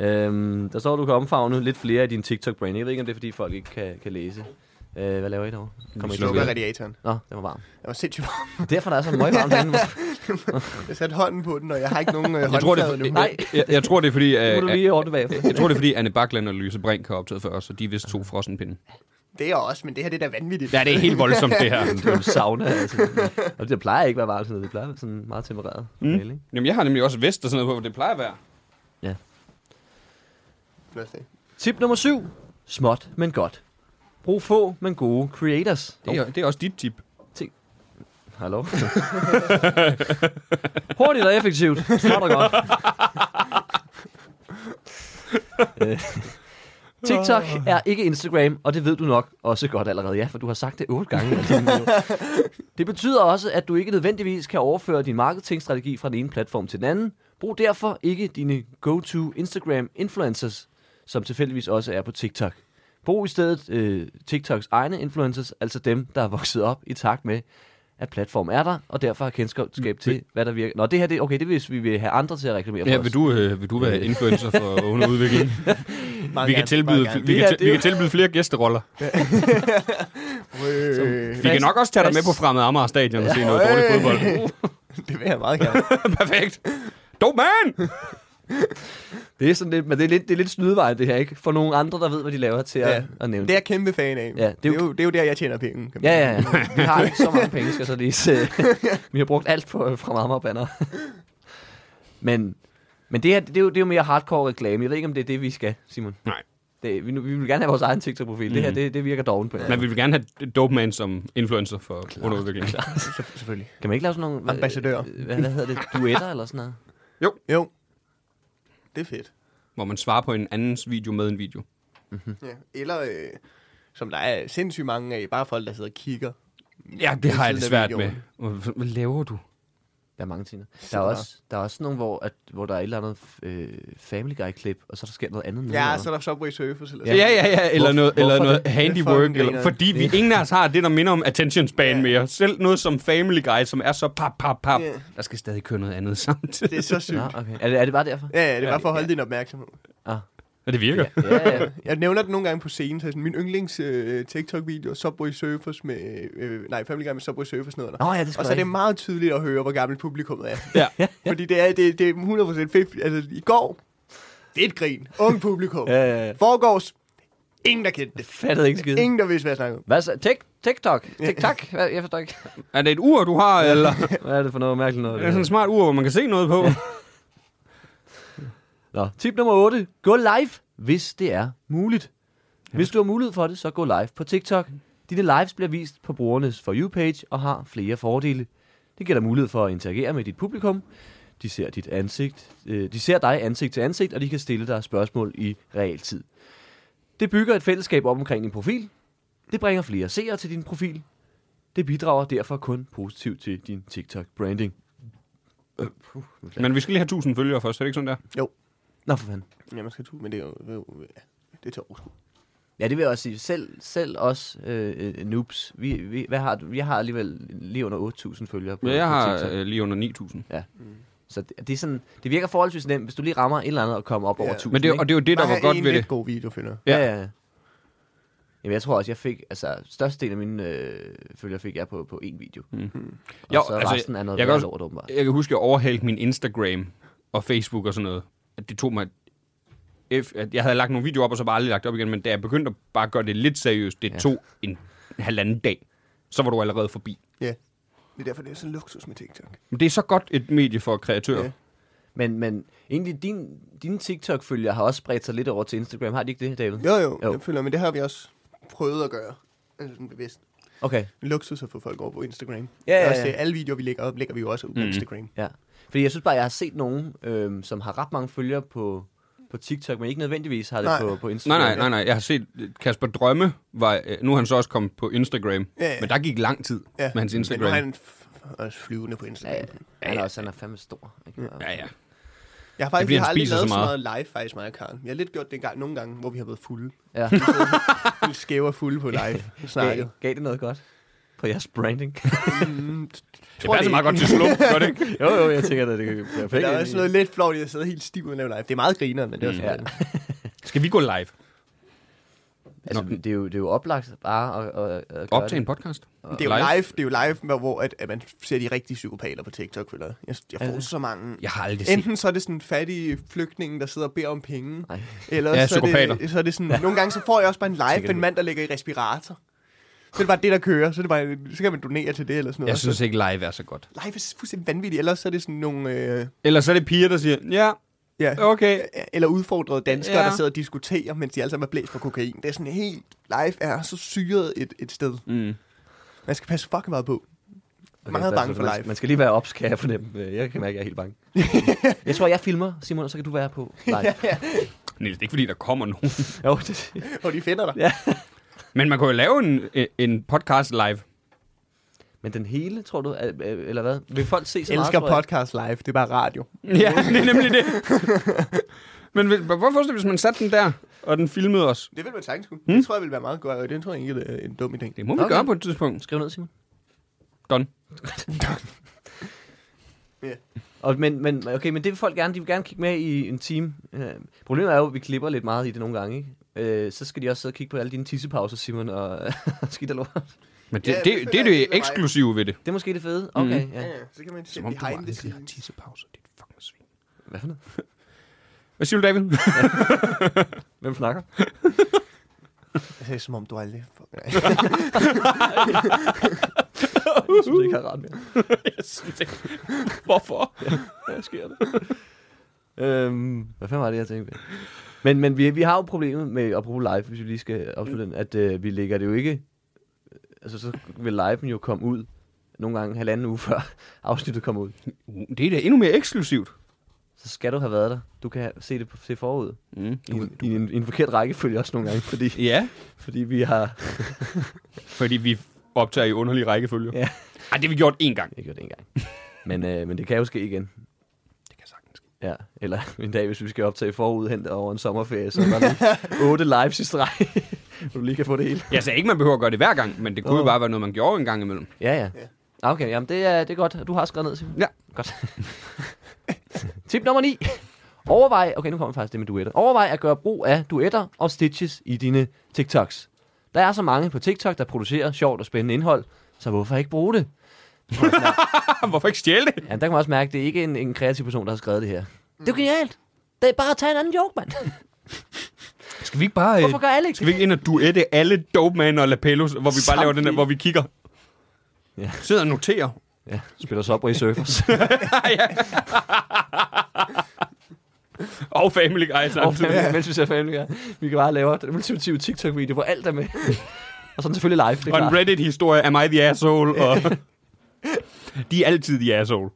B: Øhm, der står, at du kan omfavne lidt flere af din TikTok-brand. Jeg ved ikke, om det er, fordi folk ikke kan, kan læse. Øh, hvad laver I derovre? Kommer
A: slukker.
B: I
C: Slukker
B: til?
C: radiatoren.
B: Nå, den var varm.
C: Jeg var sindssygt varm.
B: Det er Derfor der er så meget varmt derinde.
C: Jeg satte hånden på den, og jeg har ikke nogen øh,
A: Jeg tror, det,
C: håndflade nu.
A: det, jeg, jeg tror, det er fordi...
B: Det
A: øh,
B: må du
A: øh,
B: lige ordne bagefter.
A: jeg tror, det er fordi, Anne Bakland og Louise Brink har optaget før os, og de er vist to frossenpinde.
C: Det er jeg også, men det her det er da vanvittigt.
A: Ja, det er helt voldsomt, det her.
B: Det er jo en sauna, altså. Og det plejer ikke at være varmt sådan noget. Det plejer at være sådan meget tempereret. Mm. Ikke?
A: Jamen, jeg har nemlig også vest og sådan noget på, hvor det plejer at være.
C: Lad os se.
B: Tip nummer syv. Småt, men godt. Brug få, men gode creators.
A: Det er, det er også dit tip.
B: Hallo? Hurtigt og effektivt. Smart og godt. Øh, TikTok er ikke Instagram, og det ved du nok også godt allerede. Ja, for du har sagt det otte gange. det betyder også, at du ikke nødvendigvis kan overføre din marketingstrategi fra den ene platform til den anden. Brug derfor ikke dine go-to Instagram influencers som tilfældigvis også er på TikTok. Brug i stedet øh, TikToks egne influencers, altså dem, der er vokset op i takt med, at platformen er der, og derfor har kendskab til, hvad der virker. Nå, det her, det, okay, det er, hvis vi vil have andre til at reklamere for
F: Ja,
B: os.
F: vil du, øh, vil du være influencer for unge udvikling?
C: Meget
F: Vi kan
C: gerne,
F: tilbyde,
C: meget gerne.
F: vi
B: Det
F: kan,
B: her,
F: til-
B: det er
F: vi
B: jo-
F: kan tilbyde flere gæsteroller.
C: Øh,
F: Vi kan nok også tage dig med på fremmede Amager Stadion og se noget dårlig fodbold.
C: det vil jeg meget gerne.
A: Perfekt. Dope man!
B: Det er sådan lidt, men det er lidt, det er lidt snydevejen, det her, ikke? For nogle andre, der ved, hvad de laver til at,
C: Ja.
B: at nævne
C: Det er jeg kæmpe fan af.
B: Ja,
C: det, er jo, det er jo der, jeg tjener penge. kan man
B: Ja,
C: sige.
B: ja, ja. Vi har ikke så mange penge, skal så lige se. Vi har brugt alt på, fra mamma og banner. Men, men det, her, det, er jo, det er jo mere hardcore reklame. Jeg ved ikke, om det er det, vi skal, Simon.
F: Nej.
B: Det, vi, nu- vi vil gerne have vores egen TikTok-profil. Mm. Det her, det, det virker doven på. en eller
F: Men vi vil gerne have Dope Man som influencer for under udvikling.
C: Selv- Selvfølgelig.
B: anden. Kan man ikke lave sådan nogle... hva-
C: Ambassadører.
B: Hvad, hvad hedder det? Duetter eller sådan noget?
C: Jo. Det er fedt.
A: Hvor man svarer på en andens video med en video.
C: Ja. Eller, øh, som der er sindssygt mange af, bare folk, der sidder og kigger.
A: Ja, det har jeg det
C: Siden af
A: svært med.
C: videoen.
A: Hvad hvad laver du?
B: Der er mange ting. Der er også, der er også nogle, hvor, at, hvor der er et eller andet øh, Family Guy-klip, og så der sker noget andet.
C: Ja,
B: nedenunder.
C: så er der Subway Surfers. Eller
A: Ja, ja, ja. Eller
B: Hvorfor-
A: noget, eller
B: hvorfor
A: noget
B: det?
A: handiwork.
C: Det er
A: Eller,
C: fucking
A: fordi vi ingen af os har det, der minder om attention span
C: Ja.
A: mere. Selv noget som Family Guy, som er så pap, pap, pap.
C: Ja.
A: Der skal stadig køre noget andet samtidig.
C: Det er så sygt.
B: Nå, okay. Er det, er det bare derfor?
C: Ja, ja, det er bare for at holde din opmærksomhed.
F: Og det virker.
B: Ja, ja.
C: Jeg nævner det nogle gange på scenen, så sådan, min yndlings øh, TikTok-video er Subway Surfers med, øh, nej, Family Guy med Subway Surfers noget der.
B: Nå, ja, det er sgu
C: Og så er det
B: rigtigt.
C: meget tydeligt at høre, hvor gammelt publikummet er.
A: Ja.
C: Fordi det er, det, det er 100% fedt. Altså, i går, det er et grin. Ung publikum.
B: Ja, ja, ja.
C: Forgårs, ingen der kendte det.
B: Fattede ikke skid.
C: Ingen der vidste, hvad jeg snakkede om.
B: Hvad så? Tik- TikTok? TikTok? Hvad- Jeg forstår ikke.
A: Er det et ur, du har, eller?
B: Hvad er det for noget mærkeligt noget?
A: Det er sådan et smart ur, hvor man kan se noget på.
B: Nå. Tip nummer 8. Gå live, hvis det er muligt. Hvis du har mulighed for det, så gå live på TikTok. Dine lives bliver vist på brugernes For You-page og har flere fordele. Det giver dig mulighed for at interagere med dit publikum. De ser, dit ansigt, øh, de ser dig ansigt til ansigt, og de kan stille dig spørgsmål i realtid. Det bygger et fællesskab op omkring din profil. Det bringer flere seere til din profil. Det bidrager derfor kun positivt til din TikTok-branding.
A: Men vi skal lige have 1000 følgere først, er det ikke sådan der?
B: Nå for fanden.
C: Ja, man skal tro, men det er jo... det er jo- ja, Det er til overskud.
B: Ja, det vil jeg også sige. Selv, selv os øh, øh, noobs, vi, vi, hvad har, du? vi har alligevel lige under 8.000 følgere på,
A: Ja, jeg
B: på
A: har
B: TikTok.
A: øh, lige under 9000.
B: Så det, det, er sådan, det virker forholdsvis nemt, hvis du lige rammer et eller andet og kommer op
C: Ja.
B: over 1.000.
A: Men det, er- og
B: ikke?
A: det er jo det, der
C: Bare
A: var
C: have
A: godt
C: en
A: ved
C: lidt
A: det.
C: god video, finder.
B: ja. ja, ja. Jamen, jeg tror også, jeg fik, altså, størstedelen af mine øh, følgere fik jeg på, på én video. Mm. Og
A: Jo,
B: jo, så
A: altså,
B: altså, resten er noget
A: jeg
B: jeg
A: kan
B: lort,
A: også-
B: åbenbart.
A: Jeg kan huske, at jeg overhalte min Instagram og Facebook og sådan noget. At det tog mig... F- at Jeg havde lagt nogle videoer op, og så bare aldrig lagt op igen, men da jeg begyndte at bare gøre det lidt seriøst, det
B: Ja.
A: tog en halvanden dag, så var du allerede forbi.
C: Ja. Det er derfor, det er sådan luksus med TikTok.
A: Men det er så godt et medie for kreatører.
C: Ja.
B: Men, men egentlig, din, dine TikTok-følgere har også spredt sig lidt over til Instagram. Har de ikke det, David?
C: Jo, jo,
B: Jo.
C: jo. Jeg føler, men det har vi også prøvet at gøre. Altså sådan bevidst.
B: Okay.
C: Luksus at få folk over på Instagram.
B: Ja, ja,
C: Det er Også,
B: ja.
C: det, alle videoer, vi lægger op, lægger vi jo også ud på
A: Mhm.
C: Instagram.
B: Ja. Fordi jeg synes bare, jeg har set nogen, øhm, som har ret mange følgere på, på TikTok, men ikke nødvendigvis har det
C: Nej.
B: på, på Instagram.
A: Nej, nej, nej, nej. Jeg har set Kasper Drømme. Var, øh, nu er han så også kommet på Instagram.
C: Ja, ja.
A: Men der gik lang tid
C: Ja.
A: med hans Instagram.
C: Men nu er han f- også flyvende på Instagram.
B: Ja, ja. Han er også han er fandme stor. Ikke?
A: Ja, ja.
C: Jeg har
A: Det er,
C: faktisk
A: fordi
C: jeg
A: han
C: har aldrig
A: spiser
C: lavet
A: så
C: så meget. live, faktisk mig og Karen. Jeg har lidt gjort det en gang, nogle gange, hvor vi har været fulde.
B: Ja.
C: Lidt skæve og fulde på live.
B: Gav,
C: Snakket.
B: gav det noget godt på jeres branding?
C: Mm.
A: Det passer meget godt til slump, gør det ikke?
B: jo, jo, jeg tænker, at det kan blive perfekt.
C: Men der er også noget lidt flot, jeg sidder helt stiv og laver live. Det er meget griner, men det er også
A: Mm.
C: sådan,
A: Skal vi gå live?
B: altså,
A: Nå.
B: det, er jo, det er jo oplagt bare at, at, at gøre
A: Optage en
B: det.
A: podcast?
C: Det er jo live, det er jo live hvor- hvor at, at man ser de rigtige psykopater på TikTok, føler jeg. Jeg, jeg får
B: det?
C: så mange...
A: Jeg har aldrig set.
C: Enten så er det sådan fattige flygtninge, der sidder og beder om penge,
B: Nej.
C: eller
A: Ja,
C: så, er
A: psykopater.
C: det, så er det sådan... Nogle gange så får jeg også bare en live
B: Sikkert.
C: en mand, der ligger i respirator. Så er det bare det, der kører. Så, er det bare, så kan man donere til det eller sådan noget.
A: Jeg synes ikke, live er så godt.
C: Live er fuldstændig vanvittigt. Ellers så er det sådan nogle... Øh,
A: Ellers er det piger, der siger, ja,
C: ja,
A: okay.
C: eller udfordrede danskere,
A: Ja.
C: ja. der sidder og diskuterer, mens de alle sammen er blæst på kokain. Det er sådan helt... Live er så syret et, et sted.
A: Mm.
C: Man skal passe fucking meget på.
B: Okay,
C: meget
B: så-
C: bange
B: så Altså,
C: for
B: man-
C: live.
B: Man skal lige være ops, kan jeg fornemme. Øh, Jeg kan mærke, at jeg er helt bange. jeg tror, jeg filmer, Simon, og så kan du være på live.
A: Niels, det er ikke fordi, der kommer nogen.
B: Jo, det,
C: Og de finder dig.
A: Men man kunne jo lave en, en podcast live.
B: Men den hele, tror du, er, er- eller hvad? Vil folk se så
C: Jeg elsker
B: meget, tror jeg?
C: podcast live, det er bare radio.
A: Ja, det er nemlig det. Men vil- hvorfor forestiller hvis man satte den der, og den filmede os?
C: Det vil man sagtens kunne. Hmm? Det tror jeg vil være meget godt, og det tror jeg ikke er en dum idé.
A: Det må vi
B: Okay.
A: gøre på et tidspunkt.
B: Skriv ned, Simon.
A: Done.
B: Og, men, men, okay, men det vil folk gerne. De vil gerne kigge med i en time. Øh, problemet er jo, at vi klipper lidt meget i det nogle gange. Ikke? Øh, så skal de også sidde og kigge på alle dine tissepauser, Simon, og skidt og lort.
A: Men det,
C: Ja,
A: det,
C: det
A: det, det, er
C: føler jeg
A: det
C: helt mig.
A: eksklusive ved det.
B: Det er måske det fede. Okay, mm.
C: Ja,
B: ja.
C: ja, så kan man se
A: Som om du
C: behind the
A: aldrig har
C: scenes.
A: tissepauser, dit fucking svin.
B: Hvad for noget?
A: Hvad siger du, David?
B: Hvem snakker?
C: Jeg sagde, som om du aldrig... Nej.
B: Jeg synes ikke, jeg har ret mere.
A: Hvorfor?
B: Hvad sker der? øhm, hvad fanden var det, jeg tænkte? på? Men, men vi, vi har jo problemet med, apropos live, hvis vi lige skal afslutte den, at øh, vi lægger det jo ikke... Altså, så vil liven jo komme ud nogle gange halvanden uge før afsnittet kommer ud.
A: Uh, Det er da endnu mere eksklusivt.
B: Så skal du have været der. Du kan se det på, se forud.
A: Mm.
B: I, en- i, en, i en forkert rækkefølge også nogle gange, fordi,
A: Ja,
B: fordi vi har...
A: fordi vi optager i underlige rækkefølge.
B: Ja.
A: Ej, det har vi gjort én gang.
B: Jeg gjorde det engang. Men, øh, men det kan jo ske igen.
A: Det kan sagtens ske.
B: Ja, eller en dag, hvis vi skal optage forud hen over en sommerferie, så er der lige otte lives i streg, hvor du lige kan få det hele.
A: Jeg sagde ikke, man behøver at gøre det hver gang, men det kunne jo
B: Åh.
A: bare være noget, man gjorde en gang imellem.
B: Ja, ja. ja. Okay, jamen det er, det er godt. Du har skrevet ned, Simon.
A: Ja.
B: Godt. Tip nummer 9. Overvej, okay nu kommer faktisk det med duetter. Overvej at gøre brug af duetter og stitches i dine TikToks. Der er så mange på TikTok, der producerer sjovt og spændende indhold, så hvorfor ikke bruge det?
A: Hvorfor ikke stjæle det?
B: Ja, der kan man også mærke, at det er ikke en, en kreativ person, der har skrevet det her. Det er jo genialt. Det er bare at tage en anden joke, mand.
A: Skal vi ikke bare... øh,
B: Hvorfor gør Alex?
A: Skal vi ikke ind og duette alle Dope Man og Lapellos, hvor vi bare laver den der,
B: Samtlige.
A: hvor vi kigger?
B: Ja.
A: Sidder og noterer.
B: Ja, spiller så op i surfers.
A: Og Family Guy
B: og
A: samtidig.
B: family, mens vi ser Family Guy. Vi kan bare lave den ultimative TikTok-video, hvor alt er med. og sådan selvfølgelig live, det er
A: Og en
B: klart.
A: Reddit-historie af mig, the asshole. Og de er altid the asshole.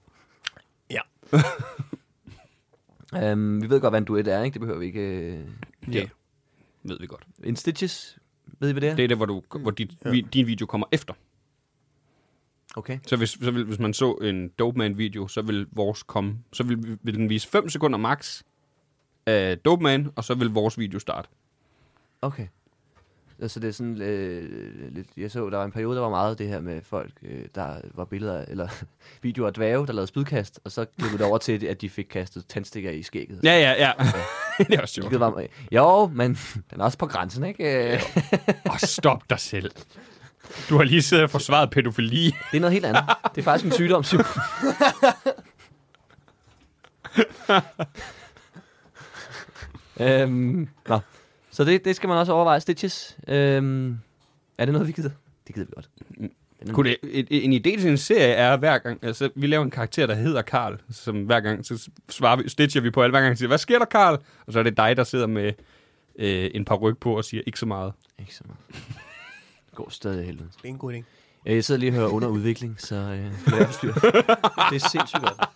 B: Øhm, vi ved godt, hvad en duet er, ikke? Det behøver vi ikke... øh.
A: Ja. Det ved vi godt.
B: En Stitches, ved I, hvad det er?
A: Det er det, hvor, du, hvor dit, ja. vi, din video kommer efter.
B: Okay.
A: Så hvis, så vil, hvis man så en Dope Man-video, så vil vores komme. Så vil, vi- vil den vise 5 sekunder max af Dope Man, og så vil vores video starte.
B: Okay. Altså det er sådan øh, lidt, jeg så, der var en periode, der var meget det her med folk, øh, der var billeder, eller videoer af dvæve, der lavede spydkast, og så klippede det over til, at de fik kastet tændstikker i skægget.
A: Ja, ja, ja. det er også sjovt.
B: Det var, jo, men den er også på grænsen, ikke? Øh,
A: Og stop dig selv. Du har lige siddet og forsvaret pædofili.
B: Det er noget helt andet. Det er faktisk en sygdom, Simon. øhm, nå. Så det, det skal man også overveje. Stitches. Øhm, er det noget, vi gider? Det gider vi godt.
A: Kunne det, et, et- en idé til en serie er at hver gang, altså vi laver en karakter, der hedder Karl, som hver gang, så svarer vi, stitcher vi på alle hver gang, og siger, hvad sker der Karl? Og så er det dig, der sidder med øh, en par ryg på og siger, ikke så meget.
B: Ikke så meget. Det går stadig i helvede.
C: Det er en god idé.
B: Øh, Jeg sidder lige og hører under udvikling, så øh, det er styr. Det er sindssygt godt.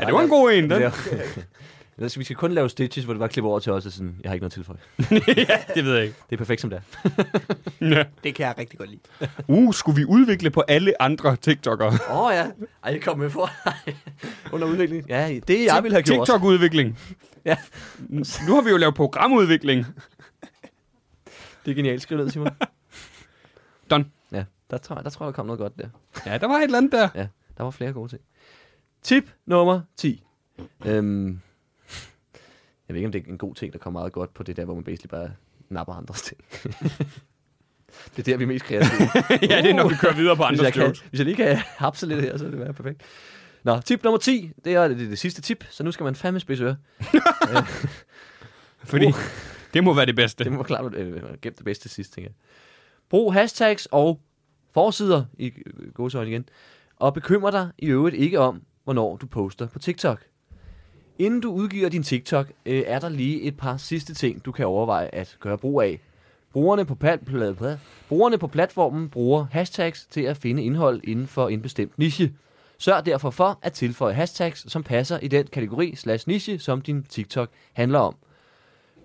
A: Ja, det var en god en, den.
B: Ja. Ellers, vi skal kun lave stitches, hvor det bare klipper over til os, og sådan, jeg har ikke noget tilføje.
A: ja, det ved jeg ikke.
B: Det er perfekt, som det er.
C: Det kan jeg rigtig godt lide.
A: Uh, skulle vi udvikle på alle andre TikTok'ere?
B: Åh oh, ja, Ej, jeg kom med for. under udvikling. Ja, det jeg ville have gjort.
A: TikTok-udvikling.
B: Ja.
A: Nu har vi jo lavet programudvikling.
B: Det er genialt skrevet ned, Simon.
A: Done.
B: Ja, der tror, jeg, der tror jeg, der kom noget godt der.
A: Ja, der var et eller andet der.
B: Ja, der var flere gode ting. Tip nummer 10. Øhm, jeg ved ikke, om det er en god ting, der kommer meget godt på det der, hvor man basically bare napper andres ting. det er der, vi er mest kreative.
A: ja, det er, når vi kører videre på
B: hvis,
A: andre
B: jeg kan,
A: jokes.
B: hvis jeg lige kan hapse lidt her, så vil det være perfekt. Nå, tip nummer 10. Det er det, er det sidste tip, så nu skal man fandme spidse ører.
A: Fordi det må være det bedste.
B: Det må klart være øh, gem det bedste til sidst, tænker jeg. Brug hashtags og forsider i øh, gåseøjne igen, og bekymrer dig i øvrigt ikke om, hvornår du poster på TikTok. Inden du udgiver din TikTok, øh, er der lige et par sidste ting, du kan overveje at gøre brug af. Brugerne på, pal- pla- pla- brugerne på platformen bruger hashtags til at finde indhold inden for en bestemt niche. Sørg derfor for at tilføje hashtags, som passer i den kategori slash niche, som din TikTok handler om.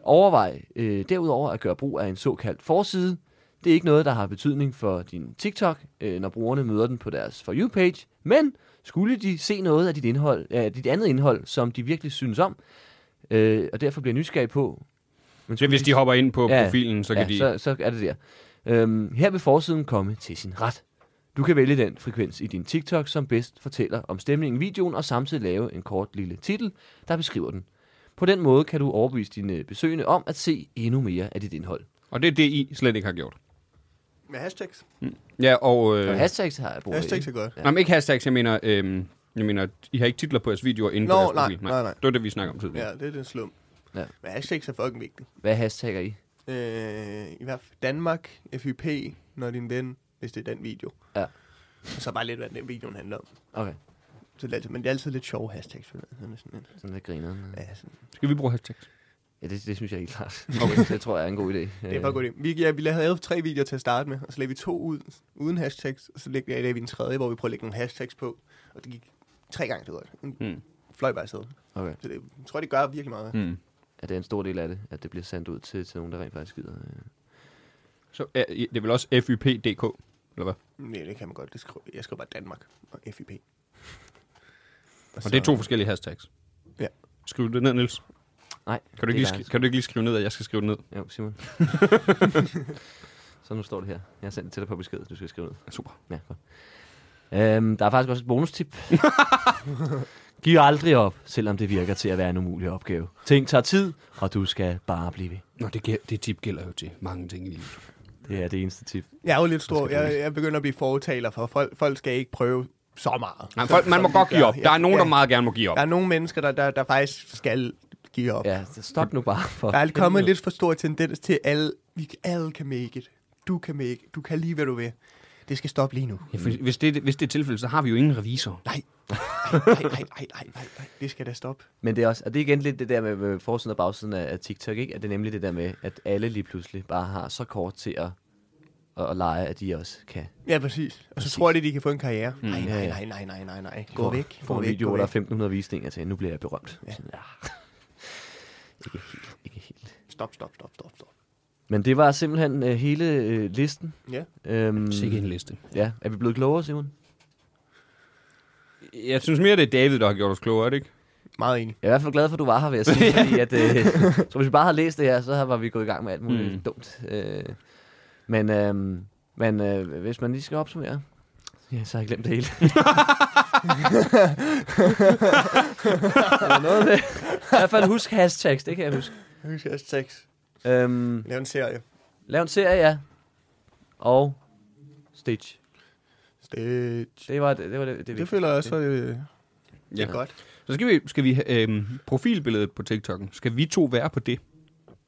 B: Overvej øh, derudover at gøre brug af en såkaldt forside. Det er ikke noget, der har betydning for din TikTok, øh, når brugerne møder den på deres For You-page. Men skulle de se noget af dit, indhold, af dit andet indhold, som de virkelig synes om, øh, og derfor bliver nysgerrige på... Men
A: Så hvis de hopper ind på
B: Ja.
A: profilen, så kan
B: ja,
A: de...
B: Så, så er det der. Øhm, her vil forsiden komme til sin ret. Du kan vælge den frekvens i din TikTok, som bedst fortæller om stemningen i videoen, og samtidig lave en kort lille titel, der beskriver den. På den måde kan du overbevise dine besøgende om at se endnu mere af dit indhold.
A: Og det er det, I slet ikke har gjort.
C: Med hashtags.
A: Ja, og... Øh,
B: Og hashtags har jeg brugt.
C: Hashtags er godt.
A: nej, men ikke hashtags, jeg mener... Øh, jeg mener, I har ikke titler på jeres videoer inde
C: Nå,
A: på jeres
C: nej,
A: profil.
C: nej, nej.
A: Det var det, vi snakkede om tidligere.
C: Ja, det er den slum.
B: Ja.
C: Ja. Men hashtags er fucking vigtigt.
B: Hvad hashtagger I?
C: Øh, I hvert fald Danmark, FYP, når din ven, hvis det er den video.
B: Ja.
C: Og så bare lidt, hvad den videoen handler om.
B: Okay,
C: Så det er altid, men det er altid lidt sjove hashtags. Føler jeg. Sådan er sådan en,
B: sådan der griner. den.
C: ja, sådan.
A: Skal vi bruge hashtags?
B: Ja, det, det synes jeg helt klart. Okay. det, det tror jeg er en god idé.
C: Det er bare godt. Vi, ja, vi lavede tre videoer til at starte med, og så lavede vi to ud, uden hashtags, og så lavede vi lavede vi en tredje, hvor vi prøvede at lægge nogle hashtags på, og det gik tre gange det godt.
A: Mm.
C: Mm. Fløj bare afsted.
B: Øh, Okay.
C: Så det, jeg tror, det gør virkelig meget. Mm.
B: Hmm. At det er en stor del af det, at det bliver sendt ud til, til nogen, der rent faktisk gider. øh.
A: Så, ja, I- det er vel også FYP.dk, eller hvad?
C: Nej, det kan man godt. Det skriver, jeg skriver bare Danmark og FYP.
A: Og det er to forskellige hashtags.
C: Ja.
A: Skriv det ned, Niels.
B: Nej,
A: Kan du, ikke
B: det er
A: lige, sk-
B: dejligt.
A: kan du ikke lige skrive ned, at jeg skal skrive det ned?
B: Jo, Simon. så nu står det her. Jeg har sendt det til dig på besked, du skal skrive ned.
A: Super.
B: Ja, godt. Øhm, der er faktisk også et bonustip. Giv aldrig op, selvom det virker til at være en umulig opgave. Ting tager tid, og du skal bare blive ved.
A: Nå, det, gæ- det tip gælder jo til mange ting i livet.
B: Det er det eneste tip.
C: Jeg er jo lidt stor. Jeg, jeg begynder at blive fortaler for, folk, folk skal ikke prøve så meget.
A: Nej,
C: Så-
A: folk, man må
C: som de
A: godt give
C: gør.
A: op. Der er nogen, der
C: ja.
A: meget gerne må give op.
C: Der er nogle mennesker, der, der, der faktisk skal give op. Ja.
B: Ja, så stop nu bare. For
C: Der er kommet lidt for stor tendens til, at alle, vi alle kan make it. Du kan make it. Du kan lige, hvad du vil. Det skal stoppe lige nu.
A: Ja, for, hvis, det, hvis det er tilfældet, så har vi jo ingen revisor.
B: Mm.
C: Nej. Nej, nej, nej, nej, nej, nej. Det skal da stoppe.
B: Men det er også, og det er igen lidt det der med, med forsiden og bagsiden af, af TikTok, ikke? At det er nemlig det der med, at alle lige pludselig bare har så kort til at, at, at lege, at de også kan.
C: Ja, præcis. Og så tror de, de kan få en karriere. Nej, nej, nej, nej, nej, nej, nej. Gå væk.
B: Få
C: Gå
B: en
C: væk.
B: video,
C: Gå
B: Mm. hvor der er
C: væk.
B: 1500 visninger til, nu bliver jeg berømt. Ja. Sådan, ja. ikke helt, ikke helt.
C: Stop, stop, stop, stop, stop.
B: Men det var simpelthen uh, hele uh, listen.
C: Ja.
B: Øhm,
A: Sikke en liste.
B: ja. Er vi blevet klogere, Simon?
A: Jeg synes mere, det er David, der har gjort os klogere, er det ikke?
C: Meget enig.
B: Jeg er i hvert fald glad for, at du var her, vil jeg sige. fordi at, øh, så hvis vi bare havde læst det her, så var vi gået i gang med alt muligt mm.
A: Mm.
B: dumt. Øh, men øh, men øh, hvis man lige skal opsummere, ja, så har jeg glemt det hele. Der var noget med. I hvert fald husk hashtags, det kan jeg huske.
C: Husk jeres sex.
B: Øhm,
C: Lav en serie.
B: lav en serie, ja. Og Stitch.
C: Stitch.
B: Det var det, det, var det, det,
C: Det føler jeg også, øh, det
A: Ja.
C: er godt.
A: Så skal vi, skal vi have, øhm, profilbilledet på TikTok'en. Skal vi to være på det?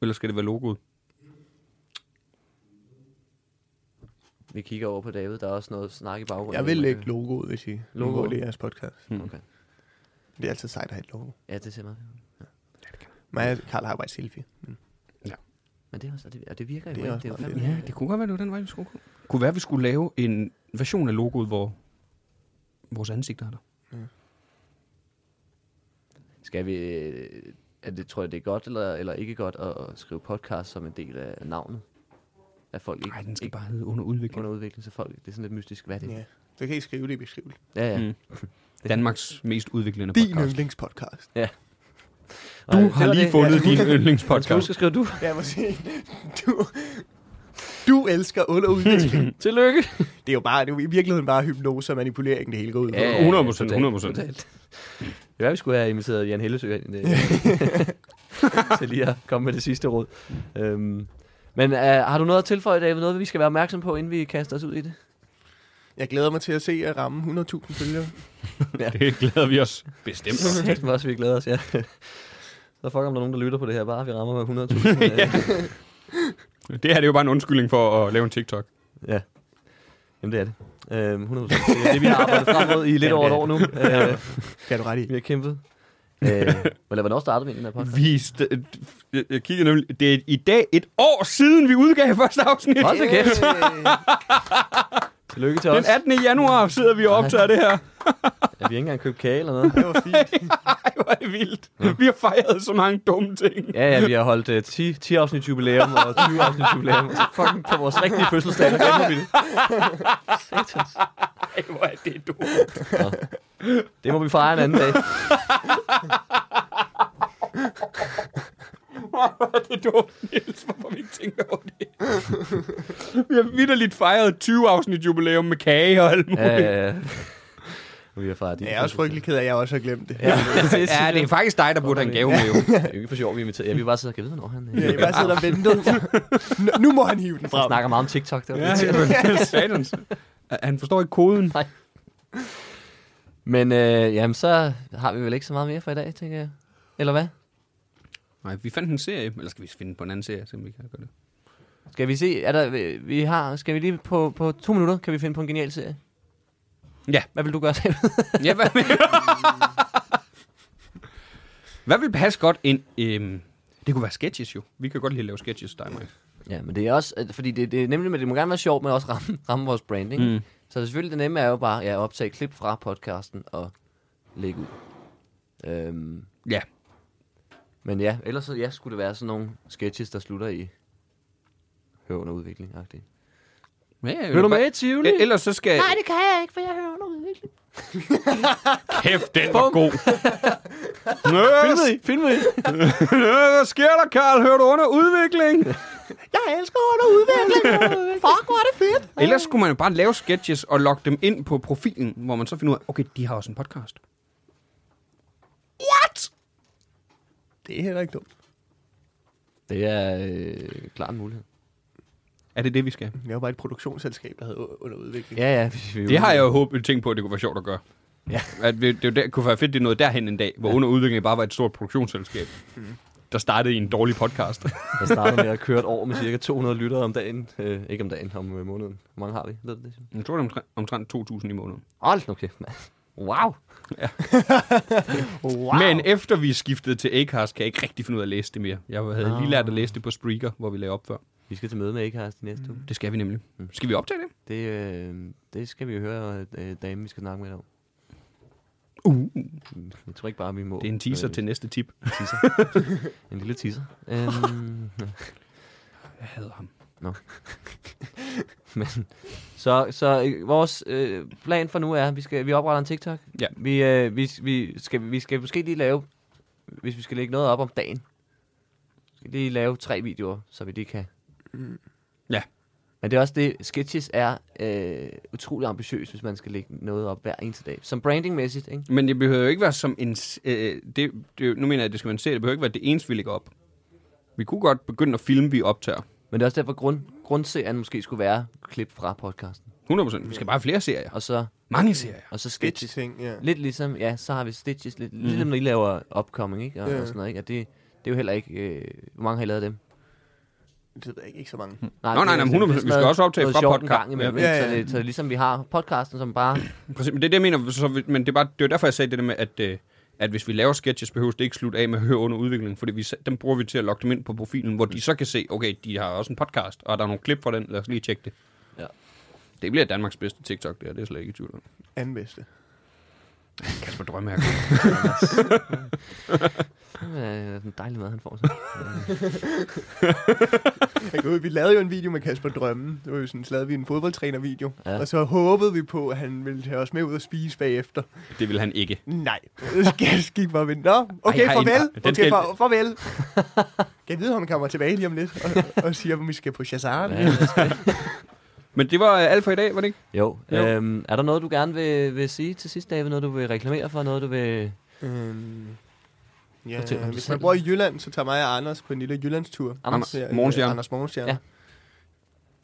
A: Eller skal det være logoet?
B: Vi kigger over på David, der er også noget snak i baggrunden. Øh,
C: Jeg vil lægge logoet, hvis I
B: Logoet. Hmm.
C: logo. det er jeres podcast.
B: Okay.
C: Det er altid sejt at have et logo.
B: Ja, det ser meget.
C: Mig og Karl har bare et selfie.
B: Men det, er også, og det, og det virker jo
C: Det er
B: ikke.
C: også
B: Det er jo
C: meget
A: Ja,
B: fandme-
A: det kunne godt være, det var den vej, vi skulle gå. Kunne være, vi skulle lave en version af logoet, hvor vores ansigter er der.
B: Skal vi... øh, Er det, tror jeg, det er godt eller, eller ikke godt at, at skrive podcast som en del af navnet? At folk ikke,
A: Nej, den skal
B: ikke
A: bare hedde under udvikling.
B: under udvikling, så folk... Det er sådan lidt mystisk, hvad er det
C: Ja. Du kan I skrive det i beskrivelsen.
B: Ja, ja. Mm.
A: Mm. Danmarks mest udviklende
C: Din
A: podcast.
C: yndlingspodcast.
A: Du har lige fundet din
B: Man skal huske
A: yndlingspodcast.
B: at skrive du.
C: Ja, må sige. Du, du elsker underudvikling.
B: Tillykke.
C: det er jo bare, det er jo i virkeligheden bare hypnose og manipulering, det hele går ud på.
B: Ja, ja,
A: 100%,
B: totalt,
A: 100%.
B: totalt. Det var, vi skulle have inviteret Jan Hellesø ind, øh, til lige at komme med det sidste råd. Øhm, men øh, har du noget at tilføje, David? Noget, vi skal være opmærksom på, inden vi kaster os ud i det?
C: Jeg glæder mig til at se at ramme 100.000 følgere.
A: Det glæder vi os bestemt.
B: Sæt mig også, vi glæder os, ja. Så fuck om der er nogen, der lytter på det her, bare vi rammer med øh, 100.000. ja.
A: Det her det er jo bare en undskyldning for at lave en TikTok.
B: ja. Jamen det er det. Øhm, 100 det er det, vi har arbejdet frem mod i lidt
C: Jamen,
B: over et
C: det er
B: år nu. Øh,
C: Det har du ret i.
B: vi har kæmpet. Øh, eller hvornår startede vi egentlig den her podcast?
A: Vi st- jeg- jeg kiggede nemlig, det er i dag et år siden, vi udgav første afsnit.
B: Hold da kæft.
C: Øh,
B: Tillykke til
A: Den
B: os.
A: 18. januar sidder vi og optager det her.
B: Ja, vi har ikke engang købt kage eller noget.
C: Det var fint.
A: Ej, hvor er det vildt. Ja. Vi har fejret så mange dumme ting.
B: Ja, ja, vi har holdt uh, 10, 10 afsnit jubilæum og 20 afsnit jubilæum. Og så fucking på vores rigtige fødselsdag, der glemmer vi det.
A: Ej, hvor er det dumt.
B: Det må vi fejre en anden dag.
A: Hvor er det dumt, Niels. Hvorfor har vi ikke tænkt over det? vi har vidderligt fejret 20 afsnit jubilæum med kage og alt muligt.
B: Ja, ja, ja. Vi har fejret din
C: Jeg er også
B: fødselsdag.
C: frygtelig ked af, at jeg også har glemt det.
B: Ja,
C: Ja.
B: det er,
A: Ja, det er faktisk dig, der burde have en gave med, jo.
B: det er ikke for sjovt, vi inviterer. Ja, vi bare sidder og kan vide, hvornår han øh,
C: Jeg har bare siddet og ventet. N- nu må han hive den frem.
B: snakker meget om TikTok. Der.
A: Ja, ja. Satans. Han forstår ikke koden.
B: Men øh, jamen, så har vi vel ikke så meget mere for i dag, tænker jeg. Eller hvad?
A: Nej, vi fandt en serie. Eller skal vi finde på en anden serie, så vi kan gøre det?
B: Skal vi se, er der, øh, vi har, skal vi lige på, på to minutter, kan vi finde på en genial serie?
A: Ja.
B: Hvad vil du gøre selv?
A: Ja, hvad med? hvad vil passe godt ind? Øhm, det kunne være sketches jo. Vi kan godt lige lave sketches, dig og mig.
B: ja, men det er også, øh, fordi det, det er nemlig, men det må gerne være sjovt, men også ramme, ramme vores branding. Mm. Så selvfølgelig det nemme er jo bare ja, at optage klip fra podcasten og lægge ud. Øhm,
A: Ja.
B: men ja, ellers så, ja, skulle det være sådan nogle sketches, der slutter i hør under udvikling. -agtigt.
A: ja
B: Hører du med i Tivoli?
A: E- ellers så skal... Nej,
B: det kan jeg ikke, for jeg hører under udvikling.
A: Kæft, den var god. Nå,
B: Film i, film i.
A: Hvad sker der, Karl? Hører du under udvikling?
C: Jeg elsker under udvikling. Fuck, hvor er det fedt.
A: Ellers skulle man jo bare lave sketches og logge dem ind på profilen, hvor man så finder ud af, okay, de har også en podcast.
C: Det er heller ikke dumt.
B: Det er øh, klart en mulighed.
A: Er det det, vi skal?
C: Jeg var bare et produktionsselskab, der havde u- under udvikling.
B: Ja, ja. Vi, vi
A: Det har jeg jo håbet tænkt på, at det kunne være sjovt at gøre.
B: Ja.
A: At vi, det, jo der, kunne være fedt, det er noget derhen en dag, hvor under udviklingen bare var et stort produktionsselskab, der startede i en dårlig podcast.
B: Jeg startede med at køre et år med cirka 200 lyttere om dagen. Øh, ikke om dagen, om øh, måneden. Hvor mange har vi? Ved du det? Simon?
A: Jeg tror, det er omtrent- omtrent 2.000 i måneden.
B: Hold nu kæft, mand. Wow.
A: Wow. Men efter vi skiftede til Acast, kan jeg ikke rigtig finde ud af at læse det mere. Jeg havde lige lært at læse det på Spreaker, hvor vi lavede op før.
B: Vi skal til møde med Acast i næste uge.
A: Det skal vi nemlig. Skal vi optage det?
B: Det, øh, det skal vi jo høre øh, damen, vi skal snakke med dig om.
A: Uh,
B: Jeg tror ikke bare, vi må. Øh,
A: det er en teaser til næste tip.
B: En lille teaser. Øhm,
A: Jeg hader ham.
B: men, så så øh, vores øh, plan for nu er, at vi, skal, vi opretter en TikTok.
A: Ja.
B: Vi, øh, vi, vi, skal, vi skal måske lige lave, hvis vi skal lægge noget op om dagen, skal lige lave tre videoer, så vi lige kan.
A: Ja.
B: Men det er også det, sketches er øh, utrolig ambitiøs, hvis man skal lægge noget op hver eneste dag. Som brandingmæssigt, ikke?
A: Men det behøver jo ikke være som en... s- Øh, det, det, nu mener jeg, at det skal man se. Det behøver ikke være det eneste, vi lægger op. Vi kunne godt begynde at filme, vi optager.
B: Men det er også derfor, grund, grundserien måske skulle være klip fra podcasten.
A: 100%. Vi skal bare have flere serier.
B: Og så,
A: Mange serier.
B: og så
C: Sketchy
B: sketches.
C: ting, ja.
B: Lidt ligesom, ja, så har vi Stitches,
A: Mhm.
B: lidt, mm. lidt ligesom, når I laver Upcoming, ikke? Og,
C: Ja.
B: yeah. og sådan noget, ikke? Og det, det er jo heller ikke, øh, hvor mange har I lavet af dem?
C: Det ved jeg ikke, ikke så mange.
A: Nå,
B: det
A: nej,
B: er-
A: nej,
B: det er
A: 100%.
B: sådan
A: Vi skal
B: noget-
A: også optage
B: noget
A: fra
B: sjovt en
A: podcast.
B: gang imellem,
C: Ja.
B: ikke?
C: Ja,
B: Så,
C: ja.
B: det, så ligesom vi har podcasten, som bare...
A: Mm. Præcis, men det er det, jeg mener. Så, men det er, bare, det er derfor, jeg sagde det der med, at, øh, at hvis vi laver sketches, behøver det ikke slutte af med at høre under udviklingen, fordi vi, se- dem bruger vi til at logge dem ind på profilen, hvor de så kan se, okay, de har også en podcast, og er der er nogle klip fra den, lad os lige tjekke det.
B: Ja.
A: Det bliver Danmarks bedste TikTok, det her, det er slet ikke i tvivl om.
C: Anden bedste.
A: Kasper Drømme er
B: Øh, den dejlige mad, han får. Så.
C: Jeg kan huske, vi lavede jo en video med Kasper Drømmen. Det var jo sådan, så lavede vi en fodboldtræner-video.
B: Ja.
C: Ja. Og så håbede vi på, at han ville tage os med ud og spise bagefter.
A: Det vil han ikke.
C: Nej. Gas gik bare ved. Nå, okay,
A: har I-
C: farvel.
A: den
C: Okay,
A: skal-
C: for, farvel. Kan jeg vide, om han kommer tilbage lige om lidt og, og siger, at vi skal på Shazam?
B: Ja,
A: Men det var øh, alt for i dag, var det ikke?
B: jo.
A: Jo.
B: Øhm, er der noget, du gerne vil, vil sige til sidst, David? Noget, du vil reklamere for? Noget, du vil...
C: Øhm, ja,
B: Fortæl om dig
C: hvis
B: selv.
C: man bor i Jylland, så tager mig og Anders på en lille Jyllandstur.
B: Anders.
C: Ser, øh,
A: Morgenstjerne.
C: Anders Morgenstjerne.
B: Ja.
C: Ja.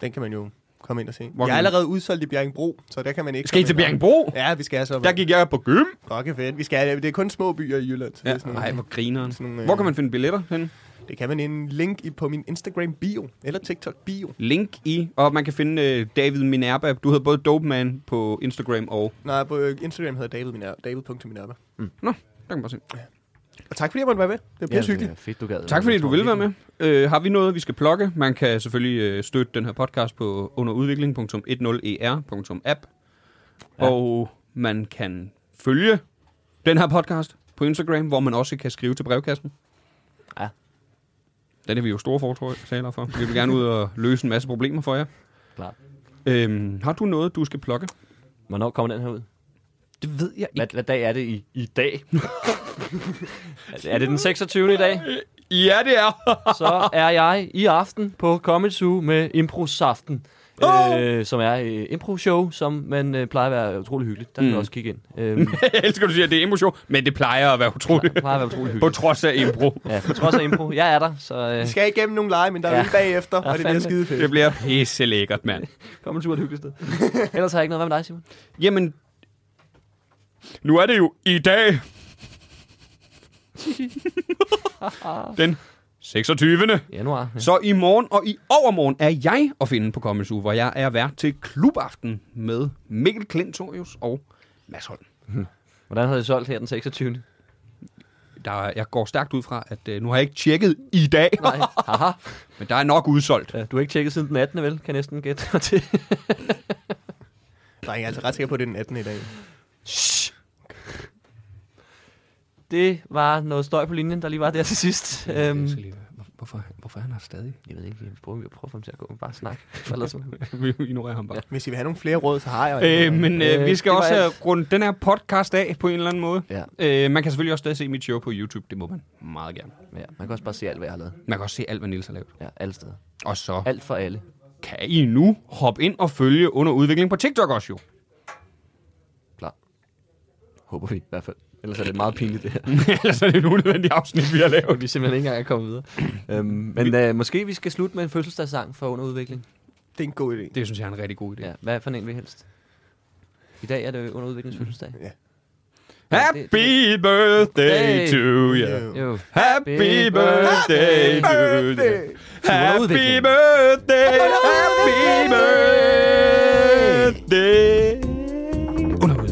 C: Den kan man jo komme ind og se.
A: Hvor
C: jeg er
A: kan-
C: allerede udsolgt i Bjerringbro, så der kan man ikke...
A: Skal I
C: komme
A: til
C: ind.
A: Bjerringbro?
C: Ja, vi skal altså...
A: Der gik jeg på gym.
C: Fuck, fedt. Vi skal, det er kun små byer i Jylland. Så ja, det, er sådan nogle,
A: Nej, hvor grineren.
C: sådan nogle,
A: Hvor
C: øh,
A: kan man finde billetter henne?
C: det kan man i en link i, på min Instagram bio, eller TikTok bio.
A: Link i, og man kan finde øh, David Minerva. Du hedder både Dopeman på Instagram og...
C: Nej, på øh, Instagram hedder David Minerva, david.minerva.
A: Nå, der kan man bare se.
C: Og tak fordi jeg måtte være med. Det bliver
B: det
C: hyggeligt.
B: er fedt, du gad.
A: Tak fordi
B: Jeg
A: du
B: tror
A: vil være
B: virkelig-
A: med. Øh, har vi noget, vi skal plukke? Man kan selvfølgelig øh, støtte den her podcast e på underudvikling.10er.app.
B: Ja.
A: Og man kan følge den her podcast på Instagram, hvor man også kan skrive til brevkassen.
B: Ja.
A: Den er vi jo store fortalere for. Vi vil gerne ud og løse en masse problemer for jer.
B: Klart.
A: Øhm, har du noget, du skal plukke?
B: Hvornår kommer den her ud?
A: Det ved jeg
B: Hvad, hvad dag er det i, i dag? Altså, er det den 26. i dag?
A: Ja, det er.
B: Så er jeg i aften på Comedy Zoo med Improsaften. Oh! Øh, som er øh, impro-show, som man øh, plejer at være utrolig hyggeligt. Der kan mm.
A: Mm.
B: man også kigge ind. Øhm,
A: jeg elsker, at du siger, at det er emotion, men det plejer at være utroligt.
B: plejer at være utrolig
A: På
B: hyggeligt.
A: trods af impro.
B: Ja, på trods af impro. Jeg er der, så øh,
C: Vi skal igennem nogle lege, men der er
B: Ja.
C: ja. bagefter,
B: Ja,
C: og det bliver
B: fandme.
C: skide fedt.
A: Det bliver pisse lækkert, mand.
B: kom en tur et hyggeligt sted. Ellers har jeg ikke noget. Hvad med dig, Simon?
A: Jamen, nu er det jo i dag. Den 26.
B: Januar. Ja.
A: Så i morgen og i overmorgen er jeg at finde på Comedy Zoo, hvor jeg er vært til klubaften med Mikkel Klintorius og Mads Holm.
B: Hvordan har det solgt her den 26.
A: Der, er- jeg går stærkt ud fra, at øh, nu har jeg ikke tjekket i dag,
B: Nej, haha.
A: men der er nok udsolgt.
B: Ja, Du har ikke tjekket siden den 18. vel? Kan jeg næsten gætte mig til.
C: Nej, jeg er altså ret sikker på, at det er den 18. i dag.
B: Det var noget støj på linjen, der lige var der til sidst. Øhm,
A: Hvorfor, hvorfor er han her stadig?
B: jeg ved ikke, vi prøver, vi prøver at få ham til at gå. Bare snak. Eller sådan.
A: Vi ignorerer ham bare.
C: Hvis I vil have nogle flere råd, så har jeg.
A: Øh, men øh,
B: Øh,
A: vi skal
B: det var
A: også
B: alt.
A: alt. runde den her podcast af på en eller anden måde.
B: Ja.
A: Øh, man kan selvfølgelig også stadig se mit show på YouTube. Det må man meget gerne.
B: Ja, man kan også bare se alt, hvad jeg har lavet.
A: Man kan også se alt, hvad Niels har lavet.
B: Ja, alle steder.
A: Og så
B: Alt for alle.
A: kan I nu hoppe ind og følge under udvikling på TikTok også jo.
B: Klar. Håber vi i hvert fald. Ellers er det meget pinligt, det her.
A: Ellers er det et unødvendigt afsnit, vi har lavet.
B: Og vi simpelthen ikke engang er kommet videre. øhm, men øh, måske vi skal slutte med en fødselsdagssang for underudvikling.
C: Det er en god idé.
A: Det synes jeg er en rigtig god idé.
B: Ja, hvad for en vil I helst? I dag er det jo underudviklings fødselsdag.
A: Happy birthday
B: Hey.
A: to you.
C: Yeah.
B: Jo.
A: Happy birthday to you. Happy
B: Underudvikling.
A: birthday, happy birthday. Underudvikling.